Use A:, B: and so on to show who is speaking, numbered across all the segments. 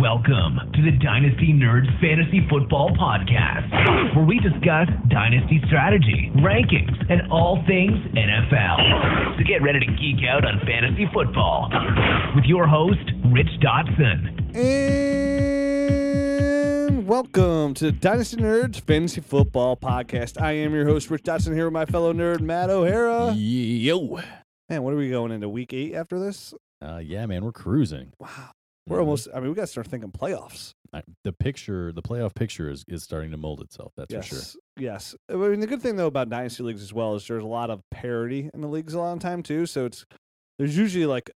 A: Welcome to the Dynasty Nerds Fantasy Football Podcast, where we discuss dynasty strategy, rankings, and all things NFL. So get ready to geek out on fantasy football with your host, Rich Dotson.
B: And welcome to the Dynasty Nerds Fantasy Football Podcast. I am your host, Rich Dotson, here with my fellow nerd, Matt O'Hara.
C: Yo.
B: Man, what are we going into week eight after this?
C: Uh, yeah, man, we're cruising.
B: Wow. We're almost, I mean, we got to start thinking playoffs.
C: I, the picture, the playoff picture is, is starting to mold itself. That's for sure.
B: Yes. I mean, the good thing, though, about Dynasty Leagues as well is there's a lot of parity in the leagues a lot of time, too. So it's, there's usually like,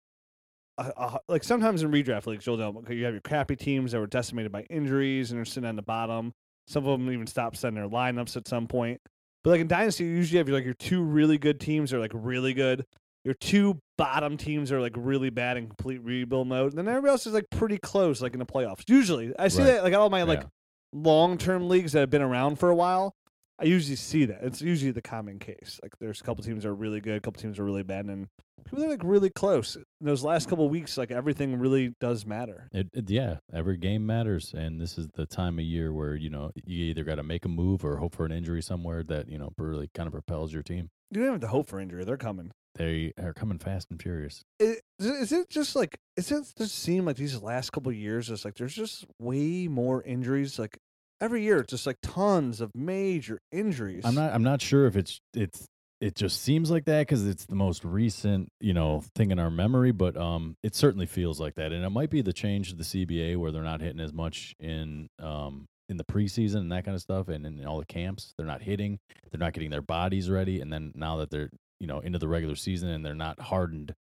B: a, a- like sometimes in redraft leagues, you'll know 'cause you have your crappy teams that were decimated by injuries and are sitting on the bottom. Some of them even stop sending their lineups at some point. But like in Dynasty, you usually have your, like your two really good teams that are like really good. Your two bottom teams are like really bad in complete rebuild mode. And then everybody else is like pretty close, like in the playoffs. Usually, I see
C: Right.
B: that like all my like
C: Yeah.
B: long term leagues that have been around for a while. I usually see that. It's usually the common case. Like there's a couple teams that are really good, a couple teams are really bad, and people that are like really close. In those last couple weeks, like everything really does matter.
C: It, it- yeah, every game matters, and this is the time of year where you know you either got to make a move or hope for an injury somewhere that you know really kind of propels your team.
B: You don't have to hope for injury; they're coming.
C: They are coming fast and furious.
B: I- Is it, is it just like is it just seem like these last couple of years? It's like there's just way more injuries. Like every year, it's just like tons of major injuries.
C: I'm not. I'm not sure if it's it's it just seems like that because it's the most recent you know thing in our memory, but um, it certainly feels like that, and it might be the change to the CBA where they're not hitting as much in um in the preseason and that kind of stuff, and in all the camps they're not hitting, they're not getting their bodies ready, and then now that they're you know into the regular season and they're not hardened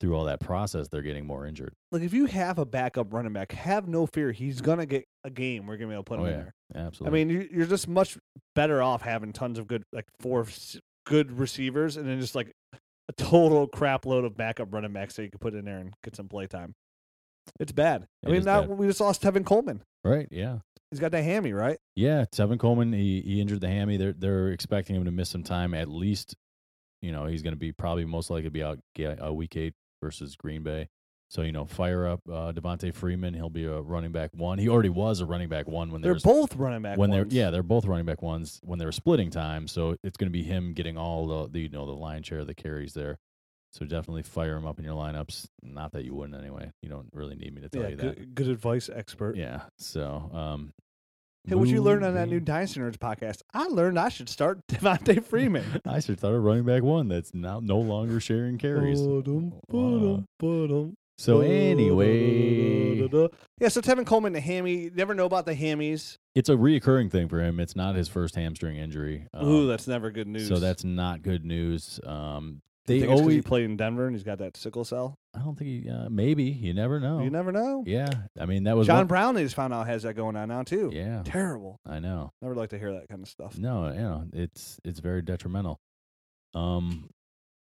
C: through all that process, they're getting more injured.
B: like if you have a backup running back, have no fear; he's gonna get a game. We're gonna be able to put
C: Oh,
B: him in
C: yeah.
B: there. I
C: Absolutely.
B: mean, you- you're just much better off having tons of good, like four s- good receivers, and then just like a total crap load of backup running backs that you can put in there and get some play time. It's bad. I
C: It
B: mean,
C: is
B: now
C: bad.
B: we just lost Tevin Coleman.
C: right? Yeah.
B: He's got that hammy, right?
C: Yeah, Tevin Coleman, he, he injured the hammy. They're they're expecting him to miss some time at least. You know, he's going to be probably most likely be out ga- uh, week eight versus Green Bay. So you know, fire up uh, Devontae Freeman. He'll be a running back one. He already was a running back one when they
B: They're
C: were
B: both running back.
C: when they're
B: ones.
C: yeah they're both running back ones when they were splitting time. So it's going to be him getting all the, the you know the lion share of the carries there. So definitely fire him up in your lineups. Not that you wouldn't anyway. You don't really need me to tell
B: yeah.
C: you that.
B: Good, good advice, expert.
C: Yeah. So um,
B: Hey, what you learn on that new
C: moving-
B: Dynasty Nerds podcast? I learned I should start Devontae Freeman.
C: I should thought of running back one that's now no longer sharing carries.
B: Ba-dum,
C: Wow.
B: ba-dum, ba-dum.
C: Uh, So anyway,
B: yeah. So Tevin Coleman, the hammy. you Never know about the hammies.
C: it's a reoccurring thing for him. It's not his first hamstring injury. Um,
B: Ooh, that's never good news.
C: so that's not good news. Um,
B: You
C: they
B: think it's 'cause he
C: always.
B: played in Denver and he's got that sickle cell.
C: I don't think he. Uh, maybe you never know.
B: You never know.
C: Yeah, I mean that was
B: John
C: one-
B: Brown, they just found out has that going on now too.
C: Yeah,
B: Terrible.
C: I know.
B: Never like to hear that kind of stuff.
C: No, you know, it's it's very detrimental. Um,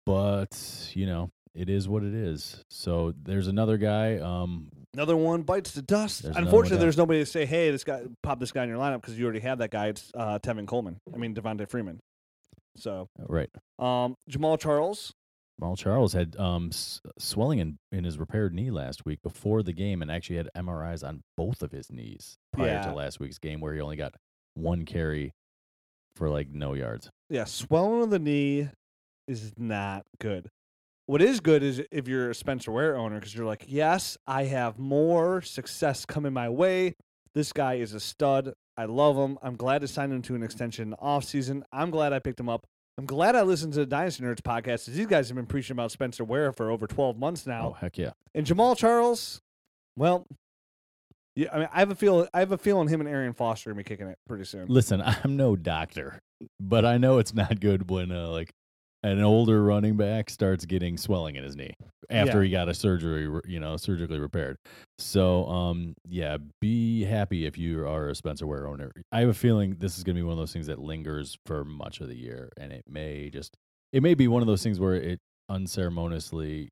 C: but you know, it is what it is. So there's another guy. Um,
B: Another one bites the dust.
C: There's another one
B: Unfortunately,
C: down.
B: there's nobody to say, "Hey, this guy, pop this guy in your lineup" because you already have that guy. It's uh, Tevin Coleman. I mean, Devontae Freeman. So
C: right.
B: um, Jamal Charles.
C: Jamal Charles had um, s- swelling in, in his repaired knee last week before the game and actually had MRIs on both of his knees prior
B: Yeah.
C: to last week's game where he only got one carry for like no yards.
B: Yeah, swelling of the knee is not good. What is good is if you're a Spencer Ware owner because you're like, yes, I have more success coming my way. This guy is a stud. I love him. I'm glad to sign him to an extension in the offseason. I'm glad I picked him up. I'm glad I listened to the Dynasty Nerds podcast 'cause these guys have been preaching about Spencer Ware for over 12 months now.
C: Oh, heck yeah.
B: And Jamal Charles, well, yeah, I mean, I have a feel. I have a feeling him and Arian Foster are gonna be kicking it pretty soon.
C: Listen, I'm no doctor, but I know it's not good when uh, like an older running back starts getting swelling in his knee after
B: Yeah.
C: he got a surgery, re- you know, surgically repaired. So, um, yeah, be happy if you are a Spencer Ware owner. I have a feeling this is going to be one of those things that lingers for much of the year, and it may just it may be one of those things where it unceremoniously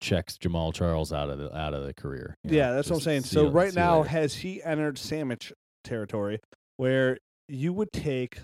C: checks Jamal Charles out of the out of the career. you know,
B: Yeah, that's what I'm
C: just
B: saying.
C: see
B: So
C: you-
B: right
C: see you
B: now,
C: later.
B: has he entered sandwich territory where you would take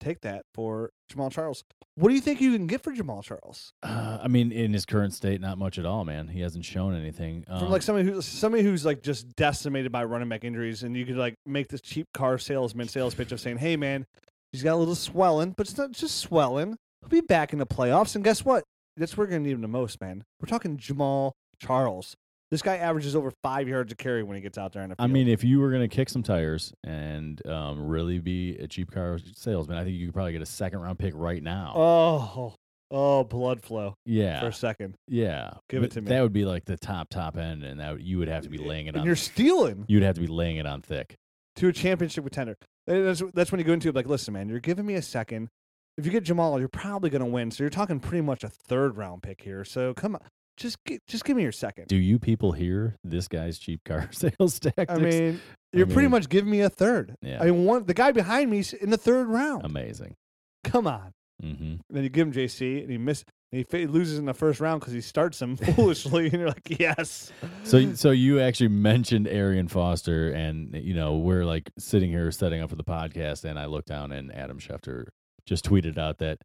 B: take that for Jamal Charles. What do you think you can get for Jamal Charles?
C: Uh, I mean, in his current state, not much at all, man. He hasn't shown anything. Um,
B: From like somebody who's somebody who's like just decimated by running back injuries, and you could like make this cheap car salesman sales pitch of saying, "Hey, man, he's got a little swelling, but it's not just swelling. He'll be back in the playoffs, and guess what? That's where we're gonna need him the most, man. We're talking Jamal Charles. This guy averages over five yards a carry when he gets out there in the
C: I
B: field.
C: mean, if you were going to kick some tires and um, really be a cheap car salesman, I think you could probably get a second round pick right now.
B: oh, oh, blood flow
C: yeah,
B: for a second,
C: yeah.
B: give it
C: But
B: to me.
C: That would be like the top top end, and that would- you would have to be laying it
B: and
C: on.
B: you're stealing.
C: You'd have to be laying it on thick.
B: to a championship contender. And That's, that's when you go into it like, listen, man, you're giving me a second. If you get Jamal, you're probably going to win. So you're talking pretty much a third round pick here. So come on, just gi- just give me your second.
C: Do you people hear this guy's cheap car sales tactics?
B: I mean, you're pretty
C: mean-
B: much giving me a third.
C: yeah,
B: I mean, one the guy behind me's in the third round.
C: amazing.
B: come on.
C: hmm
B: And then you give him JC, and he miss, and he fa- loses in the first round because he starts him foolishly, and you're like, yes.
C: So, so you actually mentioned Arian Foster, and you know we're like sitting here setting up for the podcast, and I look down, and Adam Schefter just tweeted out that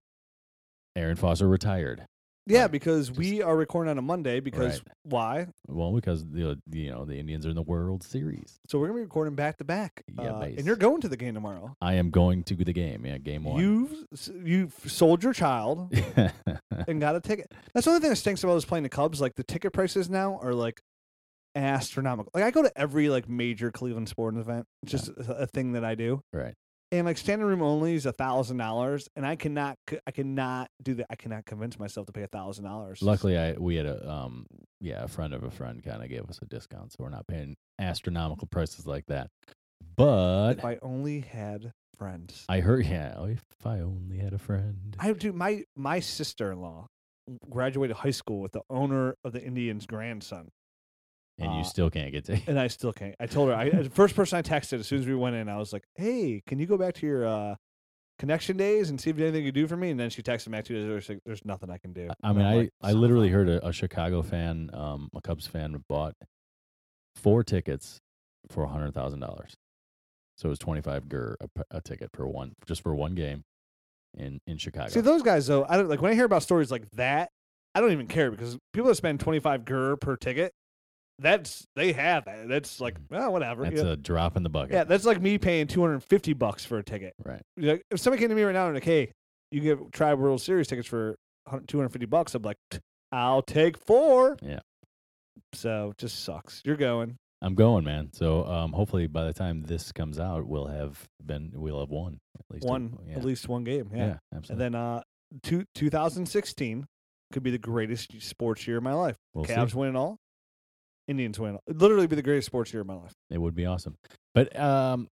C: Aaron Foster retired.
B: yeah,
C: Right.
B: because we are recording on a Monday. Because
C: Right.
B: why?
C: Well, because the you know the Indians are in the World Series.
B: So we're gonna be recording back to back.
C: Yeah,
B: Uh,
C: base.
B: and you're going to the game tomorrow.
C: I am going to the game. Yeah, game one.
B: You've s- you've sold your child and got a ticket. That's the only thing that stinks about us playing the Cubs. Like the ticket prices now are like astronomical. Like I go to every like major Cleveland sporting event. It's just a, a thing that I do.
C: Right.
B: And like standing room only is a thousand dollars, and I cannot c- I cannot do that. I cannot convince myself to pay a thousand dollars.
C: Luckily, I we had a um yeah a friend of a friend kind of gave us a discount, so we're not paying astronomical prices like that. But
B: if I only had friends,
C: I heard yeah, if I only had a friend.
B: I do. My my sister in law graduated high school with the owner of the Indians' grandson.
C: and
B: Uh,
C: you still can't get to.
B: and I still can't. I told her. I the first person I texted as soon as we went in, I was like, "Hey, can you go back to your uh, connection days and see if there's anything you can do for me?" And then she texted back two days later. She's like, "There's nothing I can do."
C: I mean, I, I literally heard a, a Chicago fan, um, a Cubs fan, bought four tickets for a hundred thousand dollars. So it was twenty five gur a, p- a ticket per one, just for one game in in Chicago.
B: see those guys though. I don't like when I hear about stories like that. I don't even care because people that spend twenty five gur per ticket, that's they have that. That's like oh whatever.
C: Mm. That's
B: yeah.
C: a drop in the bucket.
B: yeah, that's like me paying two hundred and fifty bucks for a ticket.
C: right.
B: Like, if somebody came to me right now and like, "Hey, you can get Tribe World Series tickets for two hundred fifty bucks," I'm like, "Tch, "I'll take four.
C: Yeah.
B: So just sucks. You're going.
C: I'm going, man. So um, hopefully by the time this comes out, we'll have been we'll have won at least a-
B: one
C: yeah.
B: at least one game. Yeah.
C: Yeah,
B: and
C: absolutely.
B: then uh, two 2016 could be the greatest sports year of my life.
C: we'll see.
B: Cavs win it all. Indians win. It all. It'd literally be the greatest sports year of my life.
C: It would be awesome. But um,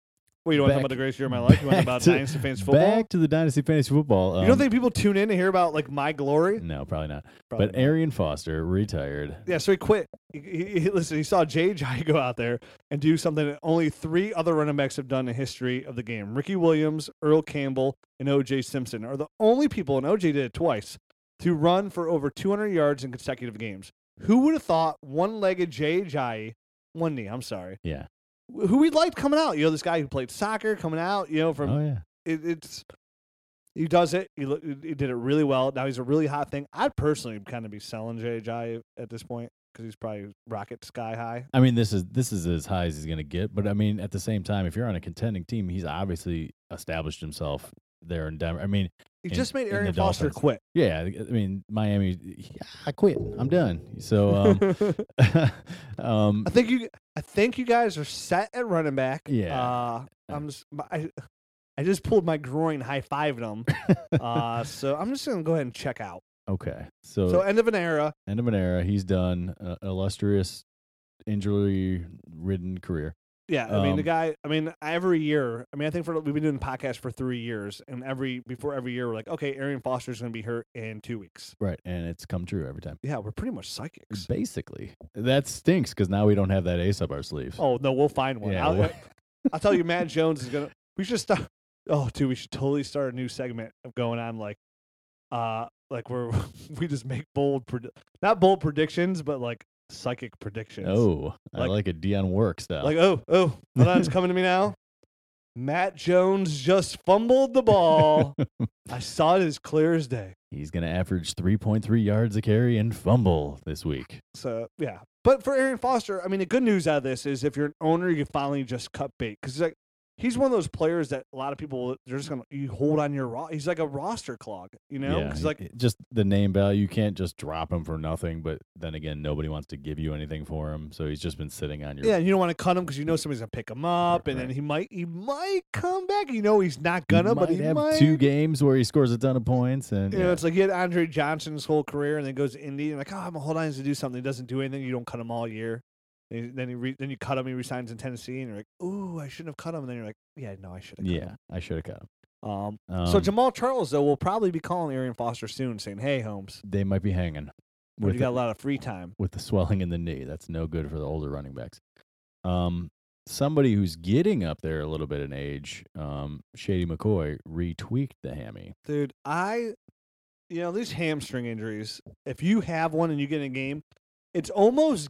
B: Well, you don't want to talk
C: Back-
B: about the greatest year of my life. You want to talk
C: back
B: about
C: to-
B: Dynasty Fans football.
C: back to the dynasty fantasy football.
B: you don't
C: um,
B: think people tune in to hear about like my glory?
C: No, probably not.
B: Probably
C: but
B: not.
C: Arian Foster retired.
B: Yeah, so he quit. He, he, he- listen, he saw Jay Jai go out there and do something that only three other running backs have done in the history of the game. Ricky Williams, Earl Campbell, and O.J. Simpson are the only people, and O.J. did it twice, to run for over 200 yards in consecutive games. Who would have thought one-legged Jay Jai, one knee, I'm sorry,
C: Yeah.
B: wh- who we liked coming out? You know, this guy who played soccer coming out, you know, from
C: oh yeah.
B: it, it's he does it. He, lo- he did it really well. Now he's a really hot thing. I'd personally kind of be selling JJ at this point because he's probably rocket sky high.
C: I mean, this is this is as high as he's going to get. But I mean, at the same time, if you're on a contending team, he's obviously established himself there in Denver. I mean,
B: He
C: In-
B: just made
C: in
B: Aaron
C: the
B: Foster
C: Dolphins.
B: quit.
C: yeah, I mean, Miami, yeah, I quit. I'm done. So, um, um,
B: I think you. I think you guys are set at running back.
C: Yeah.
B: Uh, I'm just. my- I, I just pulled my groin, high fived him. uh, so I'm just gonna go ahead and check out.
C: okay. So,
B: So end of an era.
C: end of an era. He's done. Uh, illustrious, injury-ridden career.
B: Yeah, I mean the
C: Um,
B: guy. I mean every year. I mean I think for we've been doing podcasts for three years, and every before every year we're like, okay, Arian Foster's going to be hurt in two weeks.
C: Right, and it's come true every time.
B: Yeah, we're pretty much psychics.
C: Basically, that stinks because now we don't have that ace up our sleeves.
B: Oh no, we'll find one.
C: Yeah,
B: I'll,
C: we'll-
B: I'll tell you, Matt Jones is gonna. We should start. Oh, dude, we should totally start a new segment of going on like, uh, like we're we just make bold, pred- not bold predictions, but like psychic predictions.
C: Oh, I
B: Like-
C: like a Dion Works though.
B: like oh oh, Hold on, it's coming to me now. Matt Jones just fumbled the ball. I saw it as clear as day.
C: He's going to average 3.3 yards a carry and fumble this week.
B: So yeah, but for Aaron Foster, I mean, the good news out of this is if you're an owner, you can finally just cut bait because like he's one of those players that a lot of people they're just gonna you hold on your ro- he's like a roster clog, you know?
C: yeah,
B: 'Cause,
C: he-
B: like
C: it- just the name value. You can't just drop him for nothing. But then again, nobody wants to give you anything for him, so he's just been sitting on your.
B: yeah, and you don't want to cut him because you know somebody's gonna pick him up, and then
C: Right.
B: he might he might come back. You know he's not
C: He
B: gonna, but
C: might
B: he
C: have
B: might.
C: two games where he scores a ton of points, and
B: you know, it's like you had Andre Johnson's whole career, and then goes to Indy, and like, oh, I'm gonna hold on to do something. He doesn't do anything. You don't cut him all year. Then you- Then you re- then you cut him. He resigns in Tennessee, and you're like, "Ooh, I shouldn't have cut him." And then you're like, "Yeah, no, I should have."
C: yeah, I should have cut him.
B: Um,
C: Um,
B: so Jamal Charles though will probably be calling Arian Foster soon, saying, "Hey, Holmes,
C: they might be hanging
B: you
C: with
B: got
C: the,
B: a lot of free time."
C: with the swelling in the knee. That's no good for the older running backs. Um, somebody who's getting up there a little bit in age, um, Shady McCoy retweaked the hammy.
B: Dude, I, you know, these hamstring injuries. If you have one and you get in a game, it's almost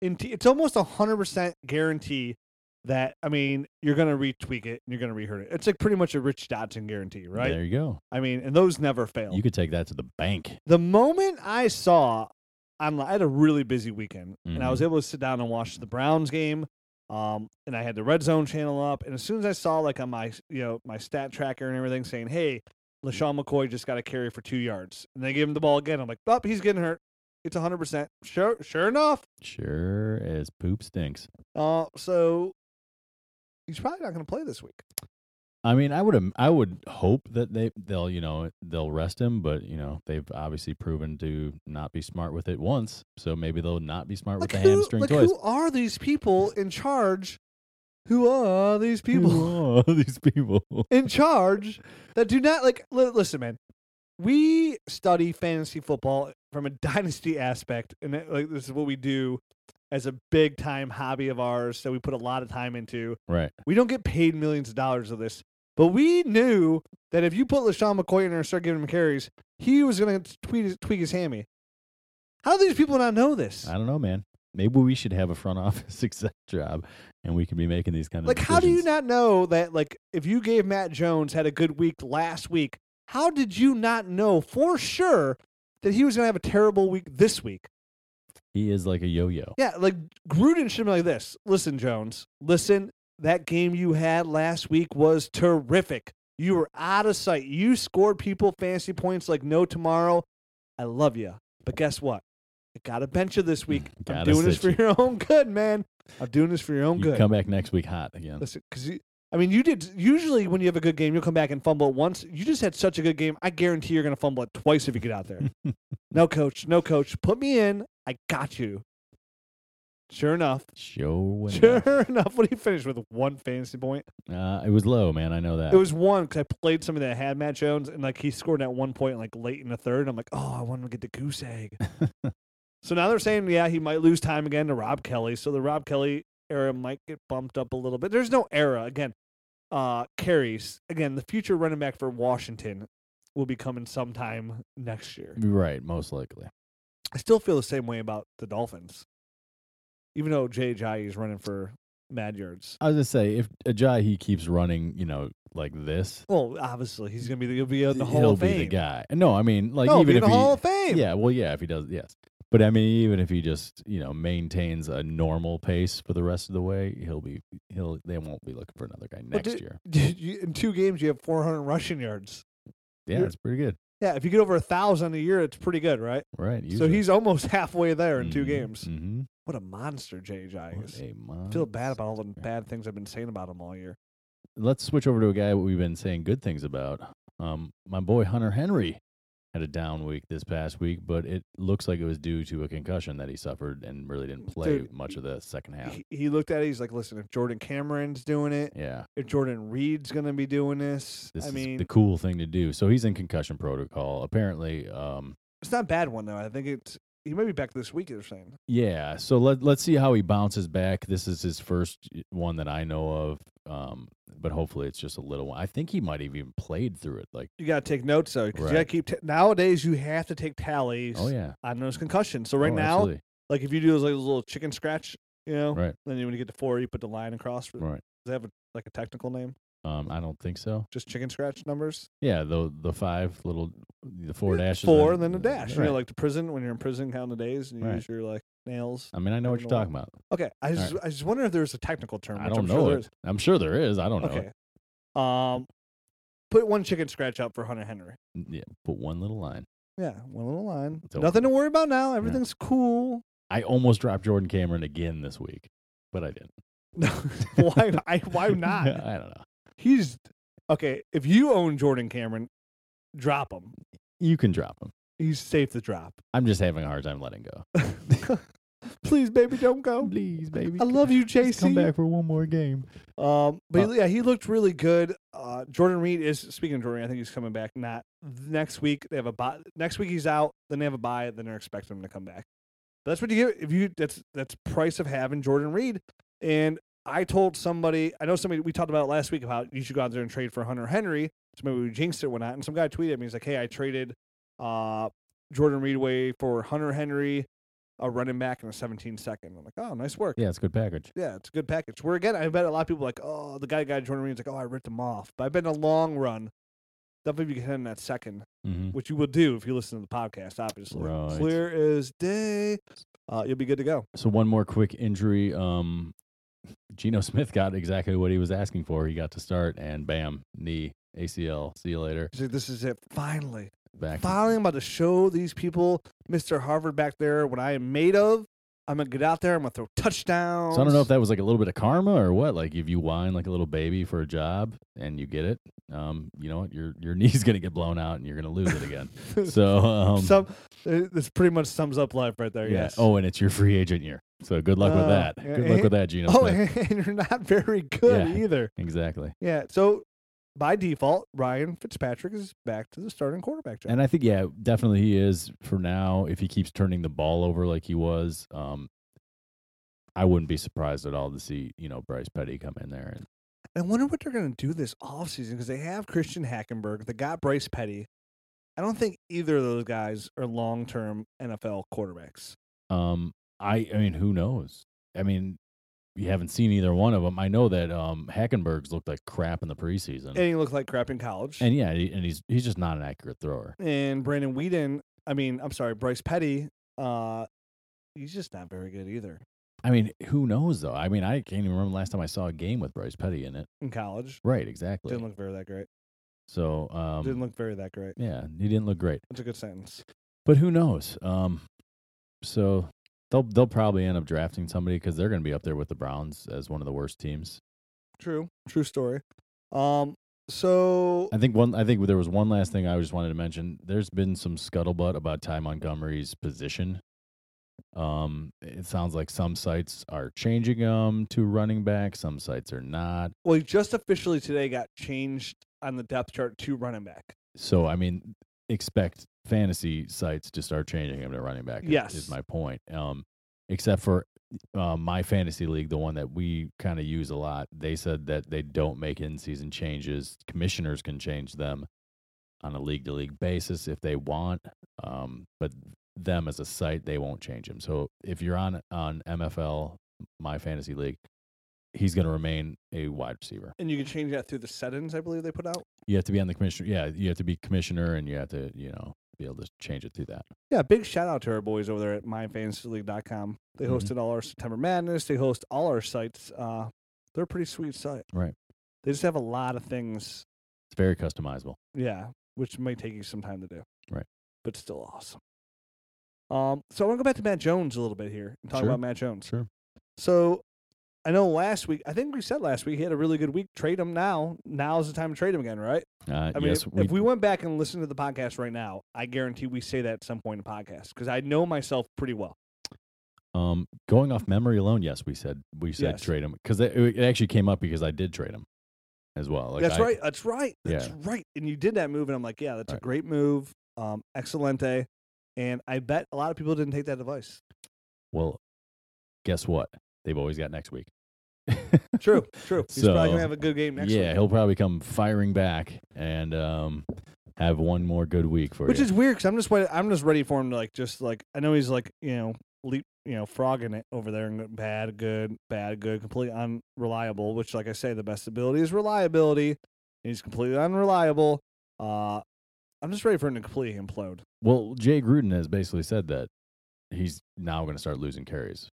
B: guarantee. It's almost a hundred percent guarantee that I mean you're gonna retweak it and you're gonna rehurt it. It's like pretty much a Rich Dodson guarantee, right?
C: there, you go.
B: I mean, and those never fail.
C: You could take that to the bank.
B: the moment I saw online, I had a really busy weekend, and I
C: Mhm.
B: was able to sit down and watch the Browns game. Um, and I had the Red Zone channel up, and as soon as I saw like on my you know my stat tracker and everything saying, "Hey, Lashawn McCoy just got a carry for two yards," and they gave him the ball again, I'm like, "Oh, he's getting hurt. It's 100 percent sure. Sure enough,
C: Sure as poop stinks.
B: uh, so he's probably not going to play this week."
C: I mean, I would am- I would hope that they they'll you know they'll rest him, but you know they've obviously proven to not be smart with it once, so maybe they'll not be smart with
B: Like,
C: the
B: who,
C: hamstring
B: like
C: twice.
B: who are these people in charge? Who are these people?
C: Who are these people.
B: in charge that do not like li- listen man we study fantasy football from a dynasty aspect and it- like this is what we do as a big time hobby of ours that we put a lot of time into
C: right.
B: we don't get paid millions of dollars of this but we knew that if you put LaShawn McCoy in there and start giving him carries he was going to tweak his, tweak his hammy how do these people not know this
C: I don't know, man. Maybe we should have a front office exec job, and we can be making these kind of
B: like how do you
C: decisions.
B: not know that like if you gave matt jones had a good week last week how did you not know for sure that he was going to have a terrible week this week
C: He is like a yo-yo.
B: yeah like gruden should be like this listen jones listen that game you had last week was terrific you were out of sight you scored people fantasy points like no tomorrow i love you but guess what I got to bench you this week. I'm
C: Gotta
B: doing this
C: sit
B: for
C: you.
B: your own good, man. I'm doing this for your own
C: You
B: good.
C: come back next week hot again.
B: Listen, because I mean, you did. Usually, when you have a good game, you'll come back and fumble it once. You just had such a good game. I guarantee you're going to fumble it twice if you get out there. no, coach. No, coach. Put me in. I got you. Sure enough.
C: Show
B: Sure
C: sure.
B: enough. What did he finish with? One fantasy point.
C: uh, it was low, man. I know that.
B: It was one because I played somebody that had Matt Jones, and like he scored at one point, like late in the third. And I'm like, oh, I want him to get the goose egg. so now they're saying, yeah, he might lose time again to Rob Kelly. So the Rob Kelly era might get bumped up a little bit. There's no era again. Uh, carries again. The future running back for Washington will be coming sometime next year.
C: right, most likely.
B: I still feel the same way about the Dolphins, even though Jay Jai is running for mad yards.
C: I was gonna say if Ajayi keeps running, you know, like this,
B: Well, obviously he's gonna be the, he'll be in the
C: he'll
B: Hall of
C: be
B: Fame.
C: the guy. No, I mean, like
B: no, he'll be
C: even
B: in
C: if
B: the Hall
C: he,
B: of Fame.
C: yeah, well, yeah, if he does, yes. But I mean, even if he just you know maintains a normal pace for the rest of the way, he'll be he'll they won't be looking for another guy next
B: did-
C: year.
B: Dude, you, in two games you have 400 rushing yards.
C: Yeah,
B: you're-
C: it's pretty good,
B: Yeah, if you get over a thousand a year, it's pretty good, right?
C: right?
B: So he's almost halfway there in two games.
C: Mm-hmm.
B: What a monster JJ is. I
C: I
B: feel bad about all the
C: monster.
B: bad things I've been saying about him all year.
C: Let's switch over to a guy we've been saying good things about. Um, my boy Hunter Henry had a down week this past week, but it looks like it was due to a concussion that he suffered and really didn't play
B: Dude,
C: much of the second half.
B: He, he looked at it. He's like, "Listen, if Jordan Cameron's doing it,
C: Yeah.
B: if Jordan Reed's gonna be doing this,
C: This
B: I
C: is
B: mean,
C: the cool thing to do. So he's in concussion protocol. Apparently, um,
B: it's not a bad one though. I think it's he might be back this week. They're saying
C: yeah. So let let's see how he bounces back. This is his first one that I know of. Um, but hopefully it's just a little one. I think he might have even played through it. Like,
B: you gotta take notes though, because you gotta
C: Right.
B: keep t- nowadays you have to take tallies
C: oh yeah,
B: on those concussions. So right
C: Oh,
B: now, Oh.
C: absolutely.
B: Like if you do those like those little chicken scratch, you know,
C: Right.
B: then when you get to four, you put the line across.
C: Right.
B: They have a, like a technical name?
C: Um, I don't think so.
B: Just chicken scratch numbers?
C: Yeah, the the five little, the four
B: Yeah,
C: dashes,
B: Four and then a dash. You
C: Right.
B: know, like the prison when you're in prison counting the days and you
C: Right.
B: use your like nails.
C: I mean, I know what you're talking about.
B: Okay. I
C: right.
B: just I just wonder if there's a technical term.
C: I
B: which
C: don't
B: I'm sure
C: know
B: there
C: it. I'm sure there is. I don't know.
B: Okay.
C: it.
B: Um, put one chicken scratch up for Hunter Henry.
C: Yeah, put one little line.
B: Yeah, one little line.
C: It's
B: Nothing to worry about now. Everything's cool.
C: I almost dropped Jordan Cameron again this week, but I didn't.
B: No, why? I, why not?
C: I don't know.
B: He's okay. If you own Jordan Cameron, drop him.
C: You can drop him.
B: He's safe to drop.
C: I'm just having a hard time letting go.
B: Please, baby, don't go.
C: Please, baby.
B: I love you, JC.
C: Just Come back for one more game.
B: Um, but
C: Uh,
B: yeah, he looked really good. Uh, Jordan Reed is speaking of Jordan. I think he's coming back. Not next week. They have a buy. Next week he's out. Then they have a buy. Then they're expecting him to come back. But that's what you get if you. That's that's price of having Jordan Reed. And I told somebody. I know somebody we talked about it last week about you should go out there and trade for Hunter Henry. So maybe we jinxed it or whatnot. And some guy tweeted at me. He's like, "Hey, I traded uh, Jordan Reed away for Hunter Henry, a running back, and a 17 second. I'm like, "Oh, nice work."
C: Yeah, it's a good package.
B: Yeah, it's a good package. Where again, I bet a lot of people like, oh, the guy got Jordan Reed's like, oh, I ripped him off. But I bet in the long run, definitely you can hit in that second,
C: hmm
B: which you will do if you listen to the podcast, obviously.
C: Right.
B: Clear as day. Uh, you'll be good to go.
C: So one more quick injury. Um, Geno Smith got exactly what he was asking for. He got to start, and bam, knee ACL. See you later.
B: He's like, this is it. Finally.
C: Back.
B: Finally, I'm about to show these people, Mr. Harvard back there, what I am made of. I'm going to get out there. I'm going to throw touchdowns.
C: So I don't know if that was like a little bit of karma or what. Like if you whine like a little baby for a job and you get it, um, you know what, your your knee's gonna get blown out and you're gonna lose it again. so um,
B: Some, uh, this pretty much sums up life right there.
C: yeah.
B: Yes.
C: Oh, and it's your free agent year. So good luck with
B: Uh,
C: that.
B: yeah,
C: Good luck
B: eh?
C: with that, Gino.
B: oh eh.
C: Smith.
B: and, you're not very good
C: Yeah.
B: either.
C: Exactly.
B: Yeah. So by default, Ryan Fitzpatrick is back to the starting quarterback job.
C: And I think yeah, definitely he is for now. If he keeps turning the ball over like he was, um, I wouldn't be surprised at all to see you know Bryce Petty come in there. And
B: I wonder what they're going to do this offseason because they have Christian Hackenberg, they got Bryce Petty. I don't think either of those guys are long term NFL quarterbacks.
C: Um, I I mean, who knows? I mean, you haven't seen either one of them. I know that um Hackenberg's looked like crap in the preseason,
B: And he looked like crap in college.
C: and yeah, he- and he's he's just not an accurate thrower.
B: And Brandon Whedon, I mean, I'm sorry, Bryce Petty, uh, he's just not very good either
C: I mean, who knows though? I mean, I can't even remember the last time I saw a game with Bryce Petty in it.
B: in college.
C: Right, exactly.
B: Didn't look very that great.
C: so um,
B: Didn't look very that great.
C: yeah, he didn't look great.
B: That's a good sentence.
C: But who knows? Um, so they'll they'll probably end up drafting somebody because they're going to be up there with the Browns as one of the worst teams.
B: True. True story. Um, so
C: I think one. I think there was one last thing I just wanted to mention. There's been some scuttlebutt about Ty Montgomery's position. Um, it sounds like some sites are changing him to running back. Some sites are not.
B: Well, he just officially today got changed on the depth chart to running back.
C: So I mean, expect fantasy sites to start changing him to running back. is-
B: Yes.
C: is my point. Um, except for uh, my fantasy league, the one that we kind of use a lot. They said that they don't make in-season changes. Commissioners can change them on a league-to-league basis if they want. Um, but them as a site, they won't change him. So if you're on on MFL, my fantasy league, he's going to remain a wide receiver.
B: And you can change that through the settings, I believe they put out.
C: You have to be on the commissioner. Yeah, you have to be commissioner, and you have to, you know, be able to change it through that.
B: Yeah, big shout out to our boys over there at myfantasyleague.com. They
C: Mhm.
B: hosted all our September Madness. They host all our sites. Uh, they're a pretty sweet site.
C: Right.
B: They just have a lot of things.
C: It's very customizable.
B: Yeah, which might take you some time to do.
C: Right.
B: But still awesome. Um, so I want to go back to Matt Jones a little bit here and talk
C: Sure.
B: about Matt Jones.
C: Sure.
B: So I know last week, I think we said last week he had a really good week. Trade him now. Now's the time to trade him again, right?
C: Uh,
B: I mean,
C: yes,
B: if, if we went back and listened to the podcast right now, I guarantee we say that at some point in the podcast because I know myself pretty well.
C: um going off memory alone. Yes, we said we said
B: Yes.
C: trade him because it, it actually came up because I did trade him as well. Like
B: that's
C: I-
B: right. That's right. That's
C: Yeah.
B: right. And you did that move, and I'm like, yeah, that's a
C: Right.
B: great move. Um, excelente. And I bet a lot of people didn't take that advice.
C: Well, guess what? They've always got next week.
B: True. True. He's probably
C: So,
B: gonna have a good game next
C: yeah,
B: week.
C: he'll probably come firing back and um have one more good week for
B: Which
C: you.
B: is weird because I'm just wait- I'm just ready for him to like just like I know he's like you know leap you know frogging it over there and go bad, good, bad, good, completely unreliable. Which, like I say, the best ability is reliability. And he's completely unreliable. Uh, I'm just ready for him to completely implode.
C: Well, Jay Gruden has basically said that he's now going to start losing carries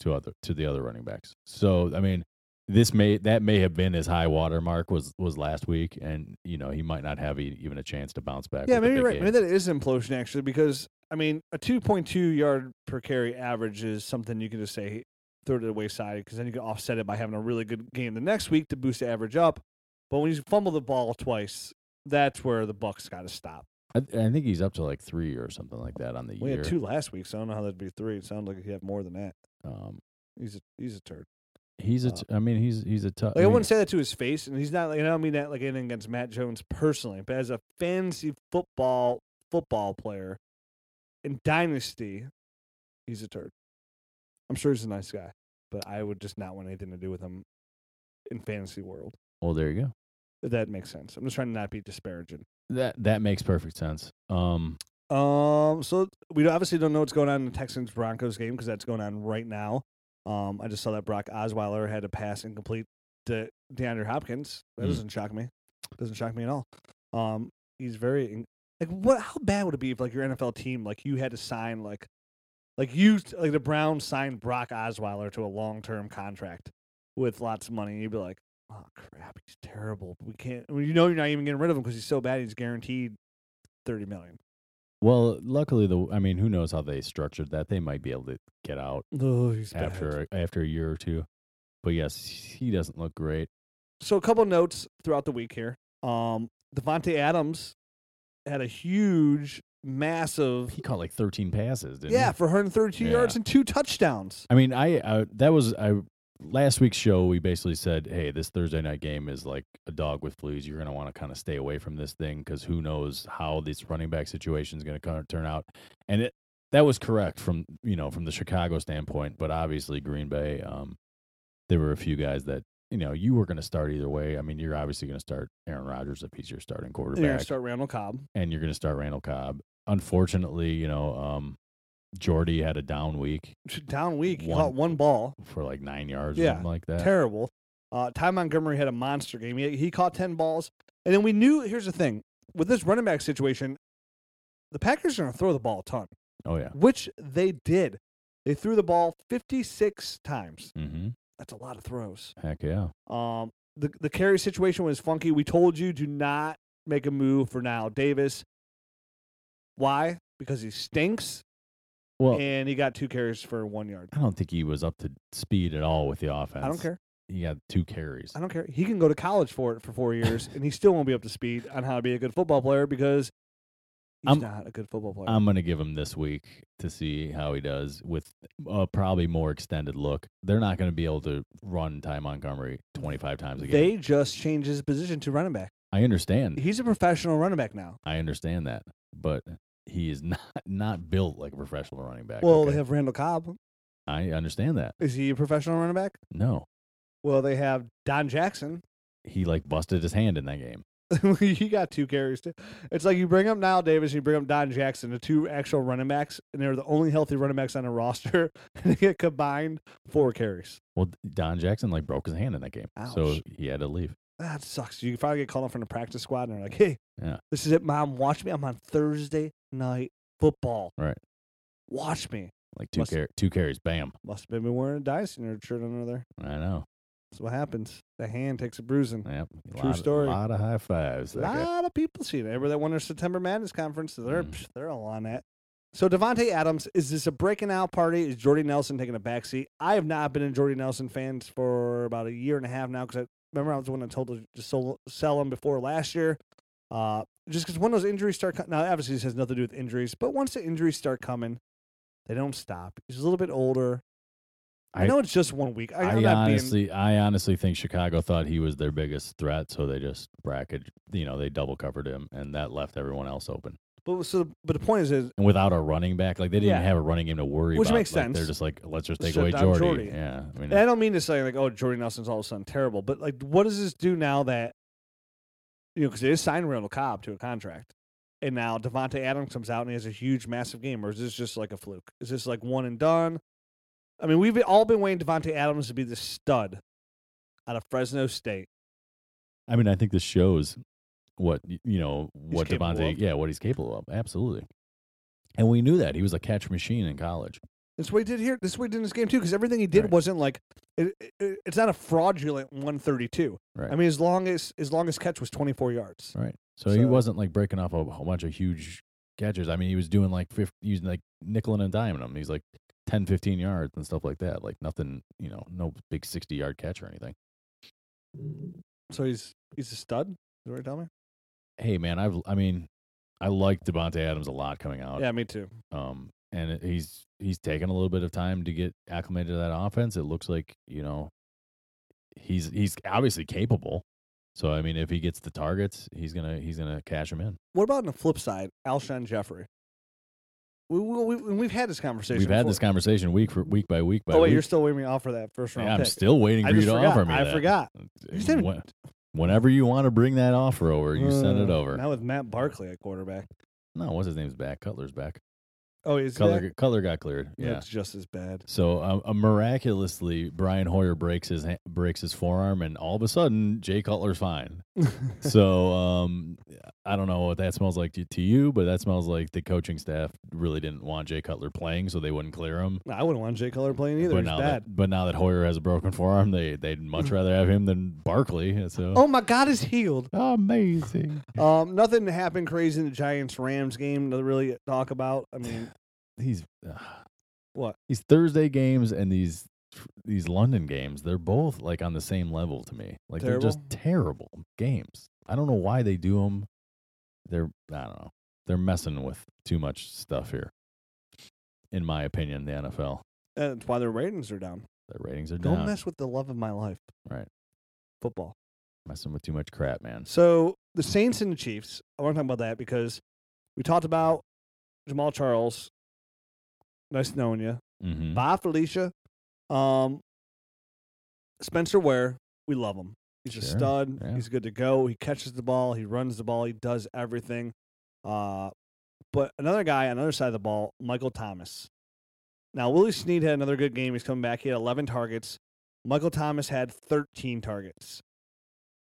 C: to other to the other running backs. So I mean, this may that may have been his high water mark was was last week, and you know he might not have e- even a chance to bounce back.
B: Yeah,
C: with a
B: maybe you're
C: big
B: right.
C: game.
B: Maybe that is implosion actually, because I mean, a 2.2 yard per carry average is something you can just say throw to the wayside because then you can offset it by having a really good game the next week to boost the average up. But when you fumble the ball twice, that's where the Bucks got to stop.
C: I, I think he's up to like three or something like that on the
B: We
C: year.
B: had two last week, so I don't know how that'd be three. It sounded like he had more than that.
C: Um,
B: He's a, he's a turd.
C: he's a.
B: Uh,
C: T- I mean, he's he's a tough.
B: Like I wouldn't say that to his face, and he's not. Like, and I don't mean that like anything against Matt Jones personally, but as a fantasy football football player in Dynasty, he's a turd. I'm sure he's a nice guy, but I would just not want anything to do with him in fantasy world.
C: Well, there you go.
B: If that makes sense. I'm just trying to not be disparaging.
C: That that makes perfect sense. Um,
B: Um, so we don't- obviously don't know what's going on in the Texans Broncos game because that's going on right now. Um, I just saw that Brock Osweiler had a pass incomplete to DeAndre Hopkins. That
C: Hmm.
B: doesn't shock me. Doesn't shock me at all. Um, he's very in- like what? How bad would it be if like your NFL team like you had to sign like like you like the Browns signed Brock Osweiler to a long term contract with lots of money? And you'd be like, oh crap, he's terrible. We can't. Well, you know you're not even getting rid of him because he's so bad. He's guaranteed thirty million.
C: well, luckily the. I mean, who knows how they structured that? They might be able to get out
B: Oh, he's bad.
C: after after a year or two. But yes, he doesn't look great.
B: So a couple notes throughout the week here. Um, Devonte Adams had a huge, massive,
C: He caught like 13 passes, didn't he?
B: yeah, for 132 yards and two touchdowns.
C: I mean, I uh, that was I last week's show. We basically said, hey, this Thursday night game is like a dog with fleas. You're gonna want to kind of stay away from this thing because who knows how this running back situation is gonna kind of turn out. And it that was correct from you know from the Chicago standpoint, but obviously Green Bay, um, there were a few guys that. You know, you were going to start either way. I mean, you're obviously going to start Aaron Rodgers if he's your starting
B: And you're
C: quarterback
B: gonna start Randall Cobb.
C: and you're going to start Randall Cobb. Unfortunately, you know, um, Jordy had a down week
B: Down week, he
C: One-
B: caught one ball.
C: for like nine yards
B: Yeah,
C: or something like that.
B: Terrible. Uh, Ty Montgomery had a monster game. He, he caught 10 balls. And then we knew here's the thing with this running back situation, the Packers are going to throw the ball a ton,
C: oh, yeah.
B: which they did. They threw the ball 56 times.
C: hmm
B: That's a lot of throws.
C: Heck yeah.
B: Um, the the carry situation was funky. We told you do not make a move for Niall Davis. Why? Because he stinks,
C: Well,
B: and he got two carries for one yard.
C: I don't think he was up to speed at all with the offense.
B: I don't care.
C: He had two carries.
B: I don't care. He can go to college for it for four years, and he still won't be up to speed on how to be a good football player because he's
C: I'm-
B: not a good football player.
C: I'm going to give him this week to see how he does with a probably more extended look. They're not going to be able to run Ty Montgomery 25 times a game.
B: they
C: Mm.
B: just changed his position to running back.
C: I understand.
B: He's a professional running back now.
C: I understand that. But he is not not built like a professional running back.
B: Well,
C: okay?
B: they have Randall Cobb.
C: I understand that.
B: Is he a professional running back?
C: No,
B: Well, they have Don Jackson.
C: he like busted his hand in that game.
B: he got two carries too. It's like you bring up Niall Davis, you bring up Don Jackson, the two actual running backs, and they're the only healthy running backs on the roster, and they get combined four carries.
C: Well, Don Jackson like broke his hand in that game, so
B: Ouch.
C: he had to leave.
B: That sucks. You probably get called up from the practice squad, and they're like, "Hey,
C: Yeah.
B: this is it, mom. Watch me. I'm on Thursday night football.
C: Right.
B: Watch me.
C: Like two
B: Must-
C: car- two carries, bam.
B: Must have been wearing a Dyson or shirt under there.
C: I know.
B: That's what happens. The hand takes a bruising.
C: Yep.
B: True
C: lot,
B: story.
C: A lot of high fives.
B: A
C: that guy.
B: lot of people see it. Everybody that won their September Madness conference, they're
C: Mhm.
B: psh, they're all on that. So Devonte Adams, is this a breaking out party? Is Jordy Nelson taking a backseat? I have not been a Jordy Nelson fans for about a year and a half now because I remember I was the one that told to just sell, sell him before last year. Uh, just because when those injuries start co- now, obviously this has nothing to do with injuries, but once the injuries start coming, they don't stop. He's a little bit older. I,
C: I-
B: know it's just one week. I, I'm
C: I
B: not
C: honestly, I honestly think Chicago thought he was their biggest threat, so they just bracket. You know, they double covered him, and that left everyone else open.
B: being, but so but the point is, is
C: And without a running back, like they didn't
B: Yeah.
C: have a running game to worry
B: Which
C: about.
B: makes
C: Like, They're
B: sense.
C: just like, let's just take
B: Shut
C: away
B: down
C: Jordy.
B: Jordy.
C: Yeah, I mean,
B: And I don't mean to say like, oh, Jordy Nelson's all of a sudden terrible, but like, what does this do now that you know? Because they just signed Randall Cobb to a contract. and now Devonte Adams comes out and he has a huge, massive game, or is this just like a fluke? Is this like one and done? I mean, we've all been waiting Devonte Adams to be the stud out of Fresno State.
C: I mean, I think this shows what y- you know what
B: capable
C: Devontae,
B: of.
C: yeah, what he's capable of. Absolutely. And we knew that he was a catch machine in college.
B: That's what he did here. That's what he did in this game too, because everything he did
C: Right.
B: wasn't like it, it- it's not a fraudulent 132.
C: Right.
B: I mean, as long as his longest catch was 24 yards.
C: Right. So, he
B: So-
C: wasn't like breaking off a whole bunch of huge catches. I mean, he was doing like 50, using like nickel and diming them. He's like 10, 15 yards and stuff like that. Like nothing, you know, no big 60 yard catch or anything.
B: So he's he's a stud. Is that what you're telling me?
C: Hey, man, I've, I mean, I like Devontae Adams a lot coming out.
B: Yeah, me too.
C: Um, and it- he's, he's taken a little bit of time to get acclimated to that offense. It looks like, you know, he's, he's obviously capable. So, I mean, if he gets the targets, he's going to, he's going to cash him in.
B: What about on the flip side, Alshon Jeffrey? We, we, we, we've had this conversation.
C: We've had
B: before.
C: this conversation week for week by week by
B: Oh wait,
C: week.
B: you're still waiting me off for that first round
C: Yeah, I'm
B: pick.
C: still waiting
B: I
C: for you
B: just
C: to
B: forgot.
C: offer me
B: I
C: that.
B: forgot. You said-
C: When- Whenever you want to bring that offer over, you send it
B: Uh,
C: over.
B: Now with Matt Barkley at quarterback.
C: No, what's his name's back? Cutler's back.
B: Oh, is
C: Cutler,
B: that?
C: got- Cutler got cleared. Yeah.
B: That's just as bad.
C: So um, uh, miraculously, Brian Hoyer breaks his ha- breaks his forearm, and all of a sudden, Jay Cutler's fine. so um, I don't know what that smells like to, to you, but that smells like the coaching staff really didn't want Jay Cutler playing, so they wouldn't clear him.
B: No, I wouldn't want Jay Cutler playing either.
C: But
B: He's
C: now,
B: bad.
C: that, but now that Hoyer has a broken forearm, they they'd much rather have him than Barkley. and So
B: Oh my God, is healed.
C: amazing.
B: Um, nothing happened crazy in the Giants Rams game to really talk about. I mean,
C: These
B: What?
C: these Thursday games and these these London games, they're both like on the same level to me. Like they're just terrible games. I don't know why they do them. They're I don't know. They're messing with too much stuff here. In my opinion, the NFL,
B: that's why their ratings are down.
C: their ratings are
B: Don't
C: down.
B: mess with the love of my life.
C: Right.
B: Football.
C: messing with too much crap, man.
B: So the Saints and the Chiefs. I want to talk about that because we talked about Jamal Charles. Nice knowing you.
C: Mm-hmm.
B: Bye, Felicia. Um, Spencer Ware, we love him. He's a
C: Sure,
B: stud.
C: yeah.
B: He's good to go. He catches the ball. He runs the ball. He does everything. Uh, but another guy on the other side of the ball, Michael Thomas. Now, Willie Sneed had another good game. He's coming back. He had 11 targets. Michael Thomas had 13 targets,